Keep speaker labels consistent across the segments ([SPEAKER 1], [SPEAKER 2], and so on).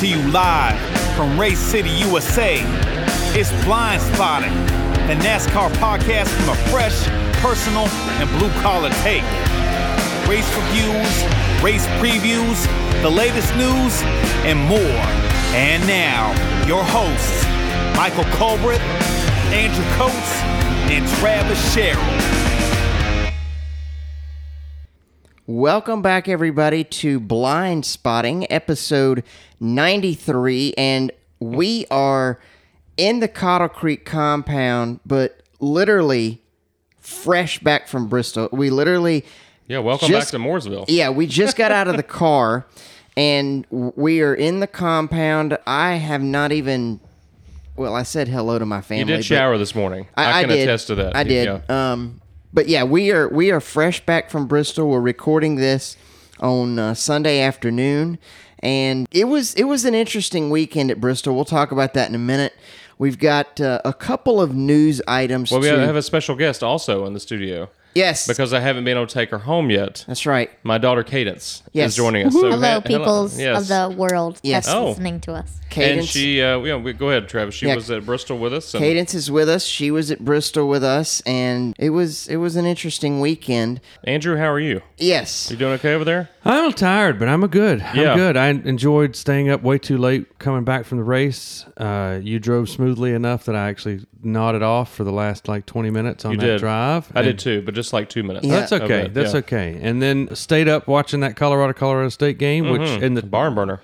[SPEAKER 1] to you live from Race City, USA. It's Blind Spotting, the NASCAR podcast from a fresh, personal, and blue collar take. Race reviews, race previews, the latest news, and more. And now, your hosts, Michael Colbert, Andrew Coates, and Travis Sherrill.
[SPEAKER 2] Welcome back, everybody, to Blind Spotting, episode 93. And we are in the Cottle Creek compound, but literally fresh back from Bristol. We literally,
[SPEAKER 3] Yeah, welcome
[SPEAKER 2] Just-
[SPEAKER 3] back to Mooresville.
[SPEAKER 2] yeah, we just got out of the car and we are in the compound. I have not even, well, I said hello to my family.
[SPEAKER 3] you did
[SPEAKER 2] but-
[SPEAKER 3] shower this morning.
[SPEAKER 2] I, I
[SPEAKER 3] can
[SPEAKER 2] did.
[SPEAKER 3] attest to that.
[SPEAKER 2] I
[SPEAKER 3] You-
[SPEAKER 2] did.
[SPEAKER 3] yeah.
[SPEAKER 2] Um, but yeah, we are we are fresh back from Bristol. We're recording this on uh, Sunday afternoon, and it was it was an interesting weekend at Bristol. We'll talk about that in a minute. We've got uh, a couple of news items.
[SPEAKER 3] Well, we
[SPEAKER 2] to-
[SPEAKER 3] have a special guest also in the studio
[SPEAKER 2] yes,
[SPEAKER 3] because I haven't been able to take her home yet.
[SPEAKER 2] that's right.
[SPEAKER 3] My daughter Cadence
[SPEAKER 2] Yes.
[SPEAKER 3] is joining us. So, he-
[SPEAKER 4] Hello,
[SPEAKER 3] hello.
[SPEAKER 4] peoples
[SPEAKER 3] Yes.
[SPEAKER 4] of the world
[SPEAKER 2] Yes.
[SPEAKER 4] that's
[SPEAKER 3] Oh.
[SPEAKER 4] listening to us.
[SPEAKER 3] And
[SPEAKER 2] Cadence.
[SPEAKER 3] she, uh, yeah, we, go ahead, Travis. She
[SPEAKER 2] Yeah.
[SPEAKER 3] was at Bristol with us. And
[SPEAKER 2] Cadence is with us. She was at Bristol with us, and it was it was an interesting weekend.
[SPEAKER 3] Andrew, how are you?
[SPEAKER 2] Yes,
[SPEAKER 3] You doing okay over there?
[SPEAKER 5] I'm tired, but I'm a good.
[SPEAKER 3] Yeah.
[SPEAKER 5] I'm good. I enjoyed staying up way too late coming back from the race. Uh, you drove smoothly enough that I actually nodded off for the last like 20 minutes on
[SPEAKER 3] You
[SPEAKER 5] that
[SPEAKER 3] did.
[SPEAKER 5] drive.
[SPEAKER 3] I did
[SPEAKER 5] And
[SPEAKER 3] too, but just like two minutes.
[SPEAKER 2] Yeah.
[SPEAKER 5] That's okay.
[SPEAKER 3] Okay,
[SPEAKER 5] That's
[SPEAKER 3] yeah.
[SPEAKER 5] okay. And then stayed up watching that Colorado Colorado State game, which
[SPEAKER 3] Mm-hmm.
[SPEAKER 5] in the
[SPEAKER 3] Barn burner.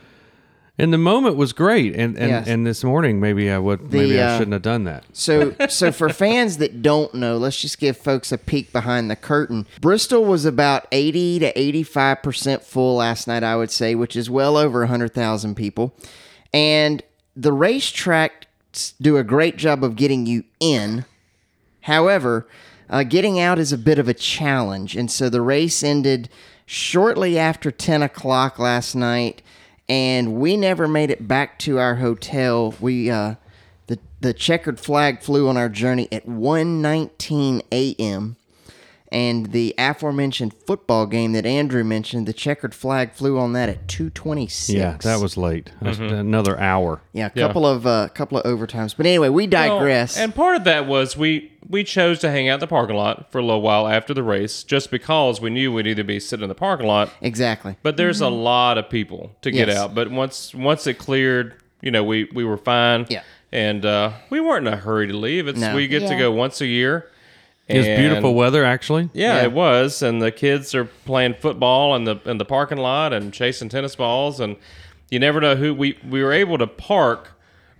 [SPEAKER 5] in the moment was great. And and,
[SPEAKER 2] Yes.
[SPEAKER 5] and this morning maybe I would maybe
[SPEAKER 2] uh,
[SPEAKER 5] I shouldn't have done that.
[SPEAKER 2] So, so for fans that don't know, let's just give folks a peek behind the curtain. Bristol was about eighty to eighty-five percent full last night, I would say, which is well over hundred thousand people, and the racetrack do a great job of getting you in. However, uh, getting out is a bit of a challenge, and so the race ended shortly after ten o'clock last night, and we never made it back to our hotel. We uh, the the checkered flag flew on our journey at 1:19 a.m. And the aforementioned football game that Andrew mentioned, the checkered flag flew on that at 2:26.
[SPEAKER 5] Yeah, that was late. That's
[SPEAKER 3] Mm-hmm.
[SPEAKER 5] Another hour.
[SPEAKER 2] yeah, a couple of uh, couple of overtimes. But anyway, we digress.
[SPEAKER 3] Well, and part of that was we we chose to hang out in the parking lot for a little while after the race just because we knew we'd either be sitting in the parking lot
[SPEAKER 2] exactly.
[SPEAKER 3] But there's a lot of people to get
[SPEAKER 2] Mm-hmm. Yes.
[SPEAKER 3] out. But once once it cleared, you know, we we were fine.
[SPEAKER 2] Yeah.
[SPEAKER 3] And uh, we weren't in a hurry to leave. It's
[SPEAKER 2] No.
[SPEAKER 3] we get to
[SPEAKER 4] Yeah.
[SPEAKER 3] go once a year.
[SPEAKER 5] It was beautiful weather actually.
[SPEAKER 3] Yeah,
[SPEAKER 2] Yeah.
[SPEAKER 3] it was. And the kids are playing football in the in the parking lot and chasing tennis balls and you never know who we we were able to park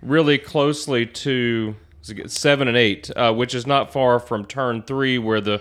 [SPEAKER 3] really closely to seven and eight, uh, which is not far from turn three where the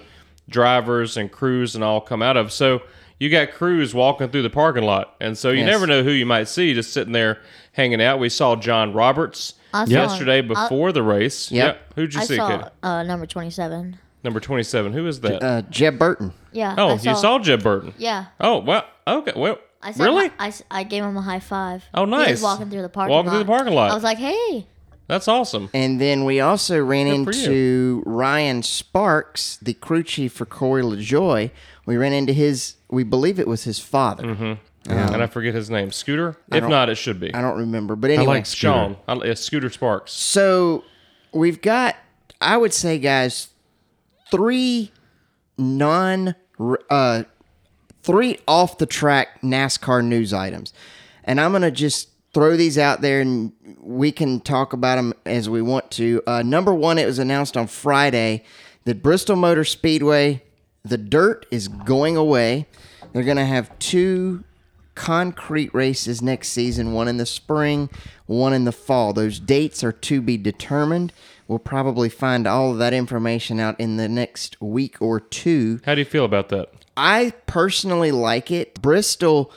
[SPEAKER 3] drivers and crews and all come out of. So you got crews walking through the parking lot, and so you
[SPEAKER 2] Yes.
[SPEAKER 3] never know who you might see just sitting there hanging out. We saw John Roberts
[SPEAKER 4] I saw-
[SPEAKER 3] yesterday
[SPEAKER 4] I-
[SPEAKER 3] before the race.
[SPEAKER 2] Yep.
[SPEAKER 3] Yeah. Who'd you
[SPEAKER 4] I
[SPEAKER 3] see?
[SPEAKER 4] saw
[SPEAKER 3] Katie?
[SPEAKER 4] uh, number 27.
[SPEAKER 3] Number twenty-seven. Who is that?
[SPEAKER 2] Uh, Jeb Burton.
[SPEAKER 4] Yeah.
[SPEAKER 3] Oh,
[SPEAKER 4] I
[SPEAKER 3] you saw Jeb Burton.
[SPEAKER 4] Yeah.
[SPEAKER 3] Oh, well, okay. Well,
[SPEAKER 4] I saw
[SPEAKER 3] really?
[SPEAKER 4] I, s- I gave him a high five.
[SPEAKER 3] Oh,
[SPEAKER 4] He
[SPEAKER 3] nice.
[SPEAKER 4] was walking through the parking
[SPEAKER 3] Walking
[SPEAKER 4] lot.
[SPEAKER 3] through the parking lot.
[SPEAKER 4] I was like, hey.
[SPEAKER 3] That's awesome.
[SPEAKER 2] And then we also ran
[SPEAKER 3] for you.
[SPEAKER 2] into Ryan Sparks, the crew chief for Corey LaJoy. We ran into his, we believe it was his father.
[SPEAKER 3] and I forget his name. Scooter? If
[SPEAKER 2] don't-
[SPEAKER 3] not, it should be.
[SPEAKER 2] I don't remember, but anyway.
[SPEAKER 5] like
[SPEAKER 3] Sean.
[SPEAKER 5] Scooter.
[SPEAKER 3] I, yeah, Scooter Sparks.
[SPEAKER 2] so we've got, I would say, guys, three non, uh, three off the track NASCAR news items, and I'm gonna just throw these out there, and we can talk about them as we want to. Uh, number one, it was announced on Friday that Bristol Motor Speedway, the dirt is going away. They're gonna have two concrete races next season, one in the spring, one in the fall. Those dates are to be determined. We'll probably find all of that information out in the next week or two.
[SPEAKER 3] How do you feel about that?
[SPEAKER 2] I personally like it. Bristol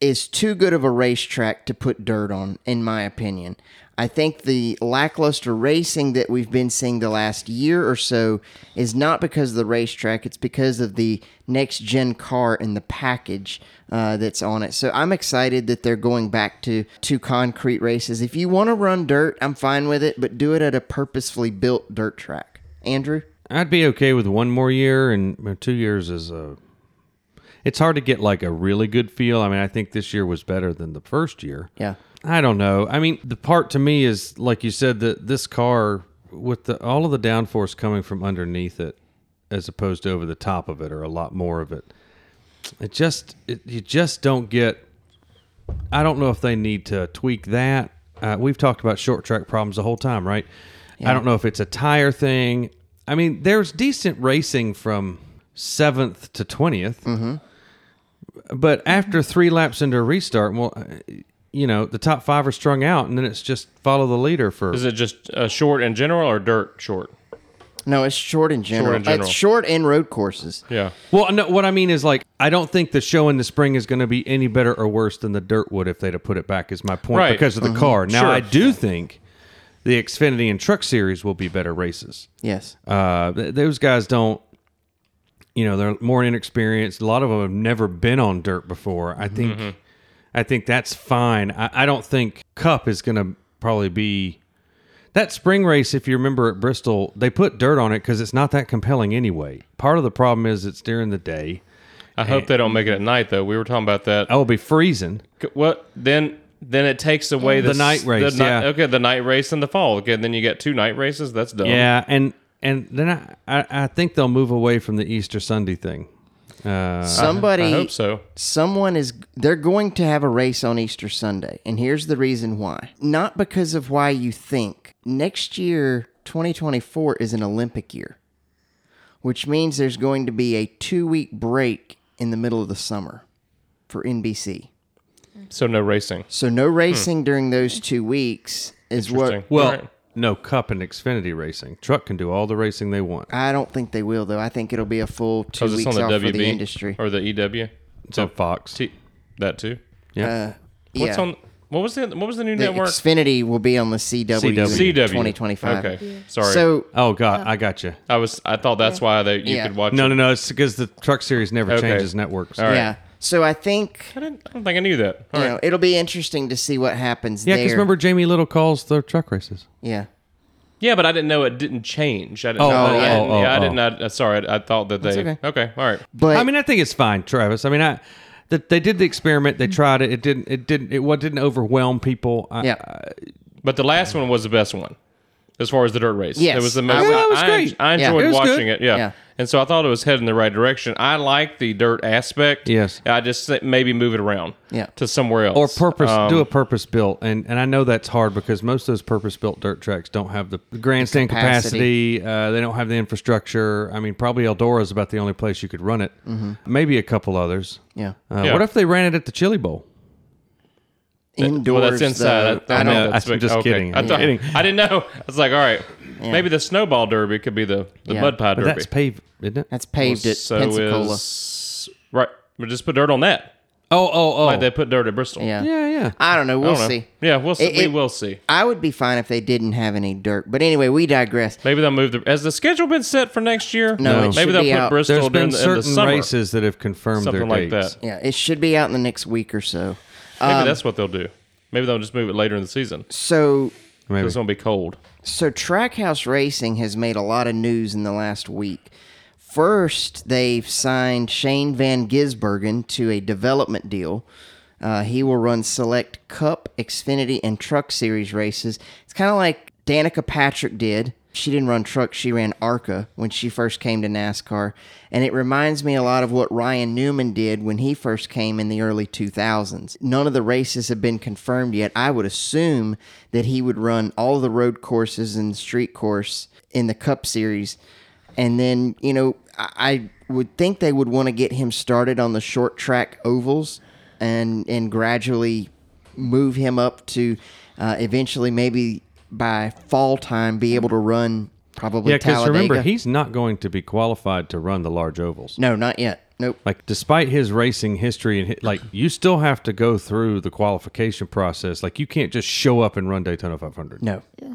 [SPEAKER 2] is too good of a racetrack to put dirt on, in my opinion. I think the lackluster racing that we've been seeing the last year or so is not because of the racetrack, it's because of the next gen car and the package uh, that's on it. So I'm excited that they're going back to, to concrete races. If you want to run dirt, I'm fine with it, but do it at a purposefully built dirt track. Andrew?
[SPEAKER 5] I'd be okay with one more year, and uh, two years is a. it's hard to get like a really good feel. I mean, I think this year was better than the first year.
[SPEAKER 2] Yeah.
[SPEAKER 5] I don't know. I mean, the part to me is like you said that this car with the all of the downforce coming from underneath it as opposed to over the top of it or a lot more of it. It just it, you just don't get I don't know if they need to tweak that. Uh, we've talked about short track problems the whole time, right? I don't know if it's a tire thing. I mean, there's decent racing from seventh to 20th but after three laps into a restart, well, you know, the top five are strung out, and then it's just follow the leader for.
[SPEAKER 3] Is it just uh, short in general or dirt short?
[SPEAKER 2] No, it's short in general.
[SPEAKER 3] in general.
[SPEAKER 2] It's short and road courses.
[SPEAKER 3] Yeah.
[SPEAKER 5] Well, no, what I mean is like I don't think the show in the spring is going to be any better or worse than the dirt would if they'd have put it back. Is my point
[SPEAKER 3] Right.
[SPEAKER 5] because of the car? Now
[SPEAKER 3] Sure.
[SPEAKER 5] I do think the Xfinity and Truck Series will be better races.
[SPEAKER 2] Yes.
[SPEAKER 5] Uh, th- those guys don't, you know, they're more inexperienced. A lot of them have never been on dirt before. I think,
[SPEAKER 3] Mm-hmm.
[SPEAKER 5] I think that's fine. I, I don't think Cup is going to probably be that spring race. If you remember at Bristol, they put dirt on it because it's not that compelling anyway. Part of the problem is it's during the day.
[SPEAKER 3] I hope they don't make it at night though. We were talking about that.
[SPEAKER 5] I will be freezing.
[SPEAKER 3] C- What then? Then it takes away
[SPEAKER 5] The
[SPEAKER 3] s-
[SPEAKER 5] night race,
[SPEAKER 3] ni-
[SPEAKER 5] yeah.
[SPEAKER 3] Okay, the night race in the fall. Okay, then you get two night races. That's dumb.
[SPEAKER 5] Yeah, and and then I, I I think they'll move away from the Easter Sunday thing.
[SPEAKER 2] Somebody
[SPEAKER 3] I hope so.
[SPEAKER 2] someone is they're going to have a race on Easter Sunday. And here's the reason why. Not because of why you think. Next year, 2024 is an Olympic year, which means there's going to be a 2-week break in the middle of the summer for NBC.
[SPEAKER 3] So no racing.
[SPEAKER 2] So no racing during those 2 weeks is what
[SPEAKER 3] Hmm. Interesting.
[SPEAKER 5] Well,
[SPEAKER 3] All right.
[SPEAKER 5] no Cup and Xfinity racing. Truck can do all the racing they want.
[SPEAKER 2] I don't think they will though. I think it'll be a full 2
[SPEAKER 3] Because
[SPEAKER 2] weeks
[SPEAKER 3] it's Oh, on the
[SPEAKER 2] off
[SPEAKER 3] WB
[SPEAKER 2] for the industry.
[SPEAKER 3] or the EW.
[SPEAKER 5] It's on Fox.
[SPEAKER 3] T- uh, that too.
[SPEAKER 5] Yeah.
[SPEAKER 3] What's
[SPEAKER 2] yeah.
[SPEAKER 3] on? What was the what was the new
[SPEAKER 2] the
[SPEAKER 3] network?
[SPEAKER 2] Xfinity will be on the CW, in
[SPEAKER 5] CW.
[SPEAKER 3] CW
[SPEAKER 2] 2025.
[SPEAKER 3] Okay, sorry.
[SPEAKER 2] So
[SPEAKER 5] oh God, I got you.
[SPEAKER 3] I was I thought that's why that you
[SPEAKER 2] Yeah.
[SPEAKER 3] could watch.
[SPEAKER 5] No,
[SPEAKER 3] it.
[SPEAKER 5] no, no. It's because the truck series never
[SPEAKER 3] Okay.
[SPEAKER 5] changes networks.
[SPEAKER 3] All right.
[SPEAKER 2] yeah. So I think
[SPEAKER 3] I, didn't, I don't think I knew that. All
[SPEAKER 2] you
[SPEAKER 3] right.
[SPEAKER 2] know it'll be interesting to see what happens
[SPEAKER 5] Yeah,
[SPEAKER 2] there.
[SPEAKER 5] because remember Jamie Little calls the truck races.
[SPEAKER 2] yeah.
[SPEAKER 3] Yeah, but I didn't know it didn't change. I didn't
[SPEAKER 5] Oh,
[SPEAKER 3] know.
[SPEAKER 5] oh,
[SPEAKER 3] I didn't,
[SPEAKER 5] oh,
[SPEAKER 3] yeah,
[SPEAKER 5] oh,
[SPEAKER 3] I didn't. I, sorry, I, I thought that they.
[SPEAKER 2] okay.
[SPEAKER 3] all right.
[SPEAKER 2] But
[SPEAKER 5] I mean, I think it's fine, Travis. I mean, I that they did the experiment. They tried it. It didn't. It didn't. It what didn't overwhelm people.
[SPEAKER 3] uh,
[SPEAKER 5] uh, I,
[SPEAKER 2] yeah,
[SPEAKER 3] But the last one was the best one, as far as the dirt race.
[SPEAKER 2] Yes.
[SPEAKER 3] it was the
[SPEAKER 2] I
[SPEAKER 3] most.
[SPEAKER 2] would-
[SPEAKER 5] Yeah, it was
[SPEAKER 3] I,
[SPEAKER 5] great.
[SPEAKER 3] I
[SPEAKER 2] Yeah.
[SPEAKER 3] enjoyed
[SPEAKER 5] It was good.
[SPEAKER 3] watching it. Yeah.
[SPEAKER 2] Yeah.
[SPEAKER 3] and so I thought it was heading the right direction. I like the dirt aspect.
[SPEAKER 5] Yes.
[SPEAKER 3] I just think maybe move it around.
[SPEAKER 2] Yeah.
[SPEAKER 3] to somewhere
[SPEAKER 5] Or
[SPEAKER 3] else
[SPEAKER 5] purpose
[SPEAKER 3] Um,
[SPEAKER 5] do a purpose built, and and I know that's hard because most of those purpose built dirt tracks don't have the grandstand capacity.
[SPEAKER 2] capacity.
[SPEAKER 5] Uh, they don't have the infrastructure. I mean, probably Eldora is about the only place you could run it. Maybe a couple others.
[SPEAKER 2] Mm-hmm. yeah.
[SPEAKER 5] Uh,
[SPEAKER 3] Yeah.
[SPEAKER 5] What if they ran it at the Chili Bowl?
[SPEAKER 2] Indoors.
[SPEAKER 3] Well, that's
[SPEAKER 2] though,
[SPEAKER 3] inside. I,
[SPEAKER 2] I
[SPEAKER 3] know.
[SPEAKER 2] don't.
[SPEAKER 5] know.
[SPEAKER 3] That's
[SPEAKER 5] I'm
[SPEAKER 3] big-
[SPEAKER 5] just
[SPEAKER 3] okay.
[SPEAKER 5] kidding.
[SPEAKER 3] I,
[SPEAKER 5] I'm
[SPEAKER 3] thought,
[SPEAKER 5] kidding.
[SPEAKER 3] I didn't know. I was like, all right, maybe the snowball derby could be the, the
[SPEAKER 2] Yeah.
[SPEAKER 3] mud pie
[SPEAKER 5] But
[SPEAKER 3] derby.
[SPEAKER 5] that's paved, isn't it?
[SPEAKER 2] That's paved at
[SPEAKER 3] so
[SPEAKER 2] Pensacola.
[SPEAKER 3] is right. But just put dirt on that.
[SPEAKER 5] Oh, oh, oh.
[SPEAKER 3] Like they put dirt at Bristol.
[SPEAKER 2] yeah.
[SPEAKER 5] yeah, yeah.
[SPEAKER 2] I don't know.
[SPEAKER 3] I
[SPEAKER 2] We'll
[SPEAKER 3] don't know.
[SPEAKER 2] see.
[SPEAKER 3] Yeah, we'll see.
[SPEAKER 2] It-
[SPEAKER 3] we
[SPEAKER 2] it-
[SPEAKER 3] will see.
[SPEAKER 2] I would be fine if they didn't have any dirt. But anyway, we digress.
[SPEAKER 3] Maybe they'll move the. Has the schedule been set for next year?
[SPEAKER 2] No, it should
[SPEAKER 3] Maybe they'll
[SPEAKER 2] be
[SPEAKER 3] put
[SPEAKER 2] out.
[SPEAKER 5] There's
[SPEAKER 3] Bristol during
[SPEAKER 5] been
[SPEAKER 3] the, in the
[SPEAKER 5] certain
[SPEAKER 3] summer.
[SPEAKER 5] races that have confirmed
[SPEAKER 3] something
[SPEAKER 5] their
[SPEAKER 3] like
[SPEAKER 5] dates.
[SPEAKER 3] that.
[SPEAKER 2] Yeah, it should be out in the next week or so.
[SPEAKER 3] Maybe that's what they'll do. Maybe they'll just move it later in the season.
[SPEAKER 2] So
[SPEAKER 5] Maybe.
[SPEAKER 3] It's gonna be cold.
[SPEAKER 2] So Trackhouse Racing has made a lot of news in the last week. First, they've signed Shane Van Gisbergen to a development deal. Uh, he will run select Cup, Xfinity, and Truck Series races. It's kind of like Danica Patrick did. She didn't run truck, she ran ARCA when she first came to NASCAR. And it reminds me a lot of what Ryan Newman did when he first came in the early 2000s. None of the races have been confirmed yet. I would assume that he would run all the road courses and street course in the Cup Series. And then, you know, I, I would think they would want to get him started on the short track ovals and, and gradually move him up to uh, eventually maybe by fall time be able to run probably
[SPEAKER 5] Yeah, because
[SPEAKER 2] Talladega.
[SPEAKER 5] remember, he's not going to be qualified to run the large ovals.
[SPEAKER 2] no, not yet. Nope.
[SPEAKER 5] Like, despite his racing history, and hi- like, you still have to go through the qualification process. Like, you can't just show up and run Daytona 500.
[SPEAKER 2] No. Yeah.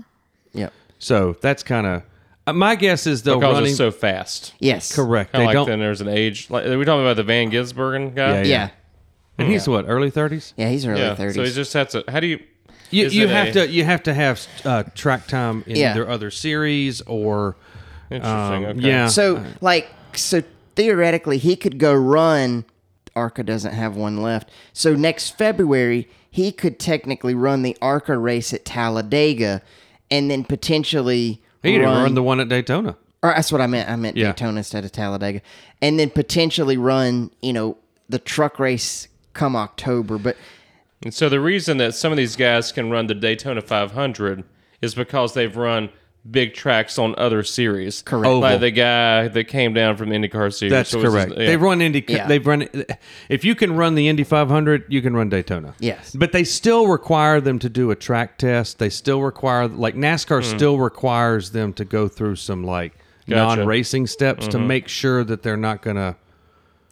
[SPEAKER 2] Yep.
[SPEAKER 5] So that's kind of uh, my guess is they'll
[SPEAKER 3] Because
[SPEAKER 5] running
[SPEAKER 3] it's so fast.
[SPEAKER 2] Yes.
[SPEAKER 5] correct.
[SPEAKER 3] Kind
[SPEAKER 5] They
[SPEAKER 3] of like
[SPEAKER 5] don't,
[SPEAKER 3] then there's an age. Like, are we talking about the Van Gisbergen guy?
[SPEAKER 5] Yeah,
[SPEAKER 2] Yeah.
[SPEAKER 5] and he's what early 30s.
[SPEAKER 2] Yeah, he's early
[SPEAKER 3] Yeah.
[SPEAKER 2] 30s.
[SPEAKER 3] So he just has to. How do you?
[SPEAKER 5] You,
[SPEAKER 3] Is
[SPEAKER 5] you
[SPEAKER 3] it
[SPEAKER 5] have
[SPEAKER 3] a-
[SPEAKER 5] to you have to have uh, track time in
[SPEAKER 2] Yeah.
[SPEAKER 5] their other series or
[SPEAKER 3] Interesting.
[SPEAKER 5] um,
[SPEAKER 3] okay.
[SPEAKER 5] yeah.
[SPEAKER 2] So like so theoretically he could go run ARCA doesn't have one left. So next February, he could technically run the ARCA race at Talladega and then potentially
[SPEAKER 5] He didn't run the one at Daytona.
[SPEAKER 2] or that's what I meant. I meant
[SPEAKER 5] Yeah.
[SPEAKER 2] Daytona instead of Talladega, and then potentially run, you know, the truck race come October. But
[SPEAKER 3] And so the reason that some of these guys can run the Daytona 500 is because they've run big tracks on other series.
[SPEAKER 2] Correct.
[SPEAKER 5] Oval.
[SPEAKER 3] Like the guy that came down from the IndyCar series.
[SPEAKER 5] That's
[SPEAKER 3] What was his-
[SPEAKER 5] correct.
[SPEAKER 3] yeah.
[SPEAKER 5] They run Indy.
[SPEAKER 2] Yeah.
[SPEAKER 5] They've run. If you can run the Indy 500, you can run Daytona.
[SPEAKER 2] Yes.
[SPEAKER 5] but they still require them to do a track test. They still require, like NASCAR, still requires them to go through some like
[SPEAKER 3] Hmm. Gotcha. Mm-hmm.
[SPEAKER 5] non-racing steps to make sure that they're not gonna.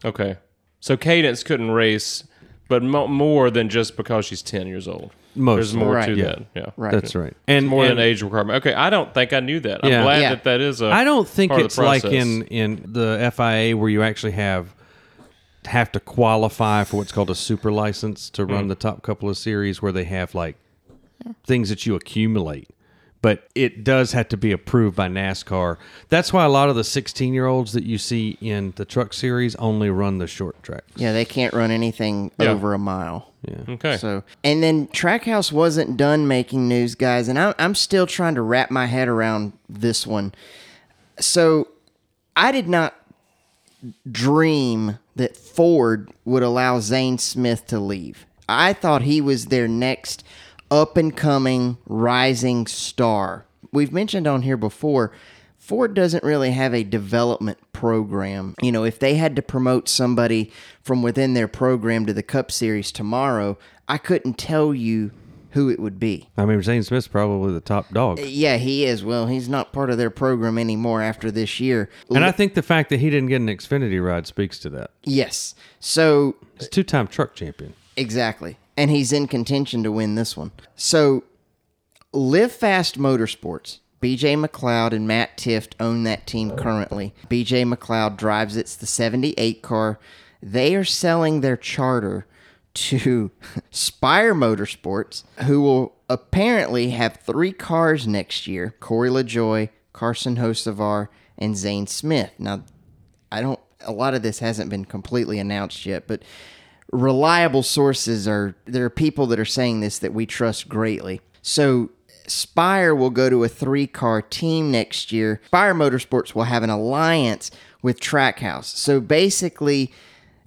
[SPEAKER 3] Okay. So Cadence couldn't race, but mo- more than just because she's 10 years old. There's
[SPEAKER 5] Mostly.
[SPEAKER 3] more
[SPEAKER 2] Right.
[SPEAKER 3] to
[SPEAKER 2] Yeah.
[SPEAKER 3] that. Yeah.
[SPEAKER 2] right,
[SPEAKER 5] That's right. And
[SPEAKER 3] More
[SPEAKER 5] and-
[SPEAKER 3] than age requirement. Okay. I don't think I knew that.
[SPEAKER 5] Yeah.
[SPEAKER 3] I'm glad
[SPEAKER 2] Yeah.
[SPEAKER 3] that that is a.
[SPEAKER 5] I don't think
[SPEAKER 3] part of the
[SPEAKER 5] it's like
[SPEAKER 3] process.
[SPEAKER 5] in in the FIA where you actually have have to qualify for what's called a super license to
[SPEAKER 3] Mm-hmm.
[SPEAKER 5] run the top couple of series where they have like things that you accumulate. But it does have to be approved by NASCAR. That's why a lot of the 16 year olds that you see in the truck series only run the short track.
[SPEAKER 2] yeah, they can't run anything over a mile. Yeah.
[SPEAKER 3] Okay.
[SPEAKER 2] So, and then Trackhouse wasn't done making news, guys, and I'm, I'm still trying to wrap my head around this one. So, I did not dream that Ford would allow Zane Smith to leave. I thought he was their next up and coming rising star. We've mentioned on here before, Ford doesn't really have a development program. You know, if they had to promote somebody from within their program to the Cup Series tomorrow, I couldn't tell you who it would be.
[SPEAKER 5] I mean, Zane Smith's probably the top dog.
[SPEAKER 2] Yeah, he is. Well, he's not part of their program anymore after this year.
[SPEAKER 5] And I think the fact that he didn't get an Xfinity ride speaks to that.
[SPEAKER 2] yes. So
[SPEAKER 5] He's two time truck champion.
[SPEAKER 2] Exactly. And he's in contention to win this one. So, Live Fast Motorsports, BJ McLeod and Matt Tift own that team currently. BJ McLeod drives it's the 78 car. They are selling their charter to Spire Motorsports, who will apparently have three cars next year Corey LaJoy, Carson Hosevar, and Zane Smith. Now, I don't. A lot of this hasn't been completely announced yet, but reliable sources are there are people that are saying this that we trust greatly. So Spire will go to a three-car team next year. Spire Motorsports will have an alliance with Trackhouse. So basically,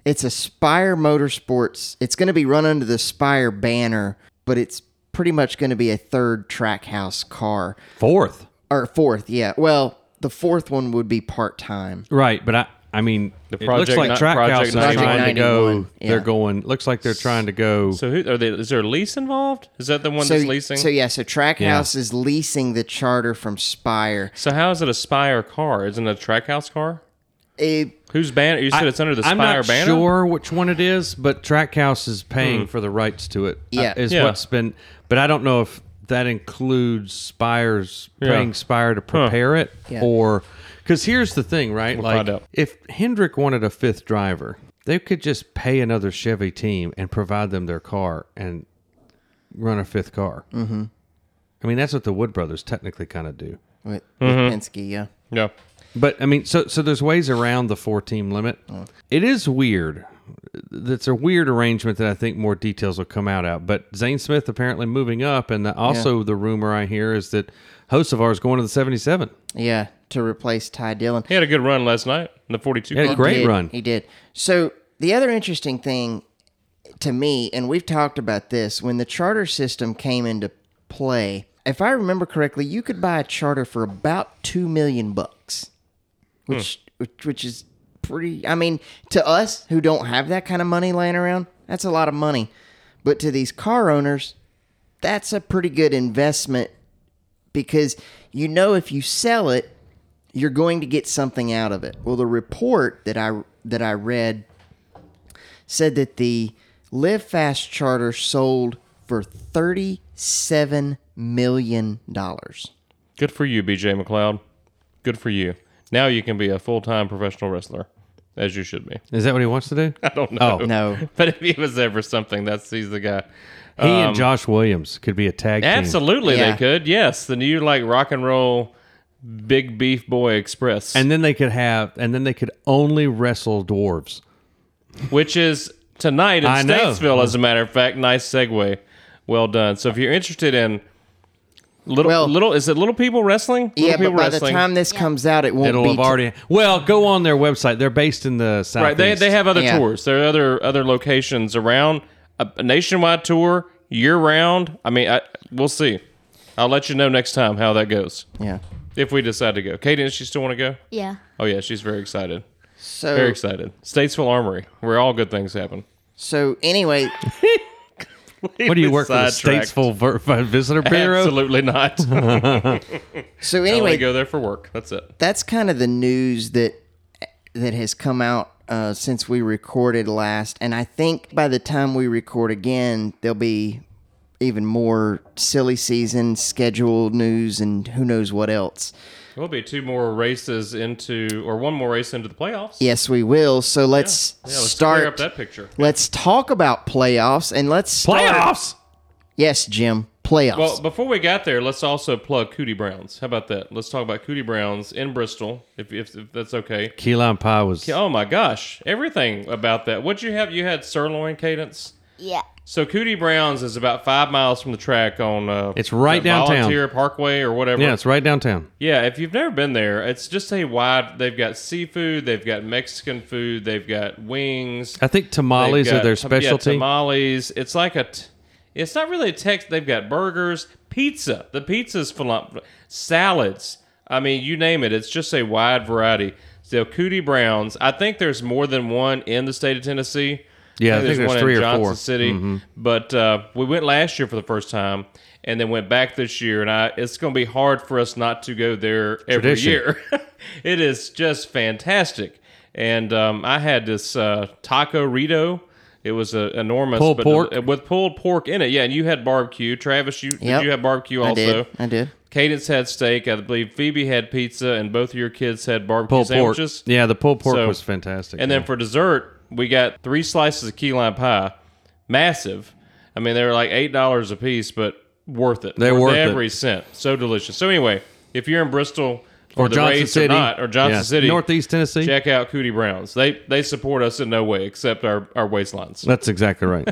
[SPEAKER 2] it's a Spire Motorsports. It's going to be run under the Spire banner, but it's pretty much going to be a third Trackhouse car
[SPEAKER 5] Fourth.
[SPEAKER 2] or fourth. Yeah. Well, the fourth one would be part-time.
[SPEAKER 5] Right, but I I mean, it looks
[SPEAKER 3] Project
[SPEAKER 5] like
[SPEAKER 3] Ni-
[SPEAKER 5] Trackhouse
[SPEAKER 3] Project
[SPEAKER 5] is
[SPEAKER 3] 91.
[SPEAKER 5] trying to go.
[SPEAKER 2] 91, yeah.
[SPEAKER 5] They're going. Looks like they're trying to go.
[SPEAKER 3] So who, are they, is there a lease involved? Is that the one that's leasing?
[SPEAKER 2] So yeah, so Trackhouse is leasing the charter from Spire.
[SPEAKER 3] So how is it a Spire car? Isn't it a Trackhouse car?
[SPEAKER 2] Eh,
[SPEAKER 3] Whose banner? You said
[SPEAKER 5] I-
[SPEAKER 3] it's under the
[SPEAKER 5] I'm
[SPEAKER 3] Spire
[SPEAKER 5] not
[SPEAKER 3] banner. Hmm.
[SPEAKER 5] sure which one it is, but Trackhouse is paying for the rights to it. uh,
[SPEAKER 2] Yeah.
[SPEAKER 5] is
[SPEAKER 3] Yeah.
[SPEAKER 5] what's been. But I don't know if that includes Spire's paying Spire to prepare it
[SPEAKER 2] Yeah.
[SPEAKER 5] or because here's the thing, right?
[SPEAKER 3] find
[SPEAKER 5] like
[SPEAKER 3] out.
[SPEAKER 5] if Hendrick wanted a fifth driver, they could just pay another Chevy team and provide them their car and run a fifth car. Mm-hmm. I mean, that's what the Wood Brothers technically kind of do.
[SPEAKER 2] with, with Penske, yeah.
[SPEAKER 3] Yeah.
[SPEAKER 5] But I mean, so so there's ways around the four team limit.
[SPEAKER 3] Oh.
[SPEAKER 5] It is weird. That's a weird arrangement that I think more details will come out out. But Zane Smith apparently moving up, and the, also the rumor I hear is that Hosevar is going to the 77.
[SPEAKER 2] Yeah, to replace Ty Dillon.
[SPEAKER 3] He had a good run last night in the 42
[SPEAKER 5] He had a
[SPEAKER 3] car.
[SPEAKER 5] great
[SPEAKER 2] did.
[SPEAKER 5] run.
[SPEAKER 2] He did. So the other interesting thing to me, and we've talked about this, when the charter system came into play, if I remember correctly, you could buy a charter for about two million bucks, which
[SPEAKER 5] Hmm.
[SPEAKER 2] which, which is pretty. I mean, to us who don't have that kind of money laying around, that's a lot of money. But to these car owners, that's a pretty good investment because you know if you sell it, you're going to get something out of it. Well, the report that I that I read said that the Live Fast charter sold for thirty-seven million dollars.
[SPEAKER 3] Good for you, BJ McLeod. Good for you. Now you can be a full time professional wrestler, as you should be.
[SPEAKER 5] Is that what he wants to do?
[SPEAKER 3] I don't know.
[SPEAKER 5] Oh.
[SPEAKER 2] No,
[SPEAKER 3] But if he was ever something, that's he's the guy.
[SPEAKER 5] He and Josh Williams could be a tag team.
[SPEAKER 3] Absolutely,
[SPEAKER 2] Yeah.
[SPEAKER 3] they could. Yes, the new like rock and roll, big beef boy express.
[SPEAKER 5] And then they could have, and then they could only wrestle dwarves.
[SPEAKER 3] which is tonight in
[SPEAKER 5] I know.
[SPEAKER 3] Statesville, as a matter of fact. Nice segue. Well done. So if you're interested in little
[SPEAKER 2] Well-
[SPEAKER 3] little is it little people wrestling? Little
[SPEAKER 2] yeah, but
[SPEAKER 3] people
[SPEAKER 2] by the time this comes out, it won't
[SPEAKER 5] It'll
[SPEAKER 2] be.
[SPEAKER 5] have
[SPEAKER 2] t-
[SPEAKER 5] already. Well, go on their website. They're based in the south.
[SPEAKER 3] right, they, they have other
[SPEAKER 2] Yeah.
[SPEAKER 3] tours. There are other other locations around a, a nationwide tour year round. I mean, I, we'll see. I'll let you know next time how that goes
[SPEAKER 2] yeah.
[SPEAKER 3] if we decide to go. Katie, does she still want to go?
[SPEAKER 4] Yeah.
[SPEAKER 3] Oh yeah, she's very excited.
[SPEAKER 2] So
[SPEAKER 3] Very excited. Statesville Armory, where all good things happen.
[SPEAKER 2] so anyway,
[SPEAKER 5] What do you work for? The
[SPEAKER 3] Sidetracked.
[SPEAKER 5] Statesville Ver- Visitor Bureau.
[SPEAKER 3] Absolutely not. I
[SPEAKER 2] so
[SPEAKER 3] only
[SPEAKER 2] anyway,
[SPEAKER 3] go there for work. That's it.
[SPEAKER 2] that's kind of the news that that has come out uh, since we recorded last, and I think by the time we record again, there'll be even more silly season schedule news and who knows what else.
[SPEAKER 3] We'll be two more races into, or one more race into the playoffs.
[SPEAKER 2] Yes, we will. So let's
[SPEAKER 3] Yeah, let's
[SPEAKER 2] start.
[SPEAKER 3] clear up that picture.
[SPEAKER 2] Let's talk about playoffs and let's
[SPEAKER 5] Playoffs.
[SPEAKER 2] Yes, Jim, playoffs.
[SPEAKER 3] Well, before we got there, let's also plug Cootie Browns. How about that? Let's talk about Cootie Browns in Bristol, if, if, if that's okay.
[SPEAKER 5] Key lime pie was.
[SPEAKER 3] Oh my gosh, everything about that. What'd you have? You had sirloin cadence.
[SPEAKER 4] Yeah.
[SPEAKER 3] So Cootie Browns is about five miles from the track on. Uh,
[SPEAKER 5] It's right
[SPEAKER 3] uh,
[SPEAKER 5] downtown.
[SPEAKER 3] Volunteer Parkway or whatever.
[SPEAKER 5] Yeah, it's right downtown.
[SPEAKER 3] Yeah, if you've never been there, it's just a wide. They've got seafood, they've got Mexican food, they've got wings.
[SPEAKER 5] I think tamales
[SPEAKER 3] They've
[SPEAKER 5] are their
[SPEAKER 3] got tam- yeah,
[SPEAKER 5] specialty.
[SPEAKER 3] tamales. It's like a. T- it's not really a text. They've got burgers, pizza. The pizza's phenomenal. Salads. I mean, you name it. It's just a wide variety. So Cootie Browns. I think there's more than one in the state of Tennessee.
[SPEAKER 5] Yeah, I think there's
[SPEAKER 3] one
[SPEAKER 5] three
[SPEAKER 3] in
[SPEAKER 5] or
[SPEAKER 3] Johnson
[SPEAKER 5] four.
[SPEAKER 3] City.
[SPEAKER 5] Mm-hmm.
[SPEAKER 3] But uh, we went last year for the first time, and then went back this year. And I, it's going to be hard for us not to go there every
[SPEAKER 5] Tradition.
[SPEAKER 3] year there. it is just fantastic. And um, I had this uh, taco rito. It was uh, enormous,
[SPEAKER 5] Pulled
[SPEAKER 3] but
[SPEAKER 5] pork?
[SPEAKER 3] uh, with pulled pork in it. Yeah, and you had barbecue. Travis, you
[SPEAKER 2] Yep.
[SPEAKER 3] did you have barbecue also?
[SPEAKER 2] I did. I did.
[SPEAKER 3] Cadence had steak. I believe Phoebe had pizza, and both of your kids had barbecue
[SPEAKER 5] Pulled pork.
[SPEAKER 3] sandwiches.
[SPEAKER 5] Yeah, the pulled pork
[SPEAKER 3] So-
[SPEAKER 5] was fantastic.
[SPEAKER 3] And then for dessert, we got three slices of key lime pie, massive. I mean, they were like eight dollars a piece, but worth it.
[SPEAKER 5] They're worth it.
[SPEAKER 3] every cent. So delicious. So anyway, if you're in Bristol for
[SPEAKER 5] or
[SPEAKER 3] the
[SPEAKER 5] Johnson
[SPEAKER 3] race
[SPEAKER 5] City,
[SPEAKER 3] or not, or Johnson
[SPEAKER 5] Yeah.
[SPEAKER 3] City,
[SPEAKER 5] Northeast Tennessee.
[SPEAKER 3] check out Cootie Browns. They they support us in no way except our our waistlines.
[SPEAKER 5] That's exactly right.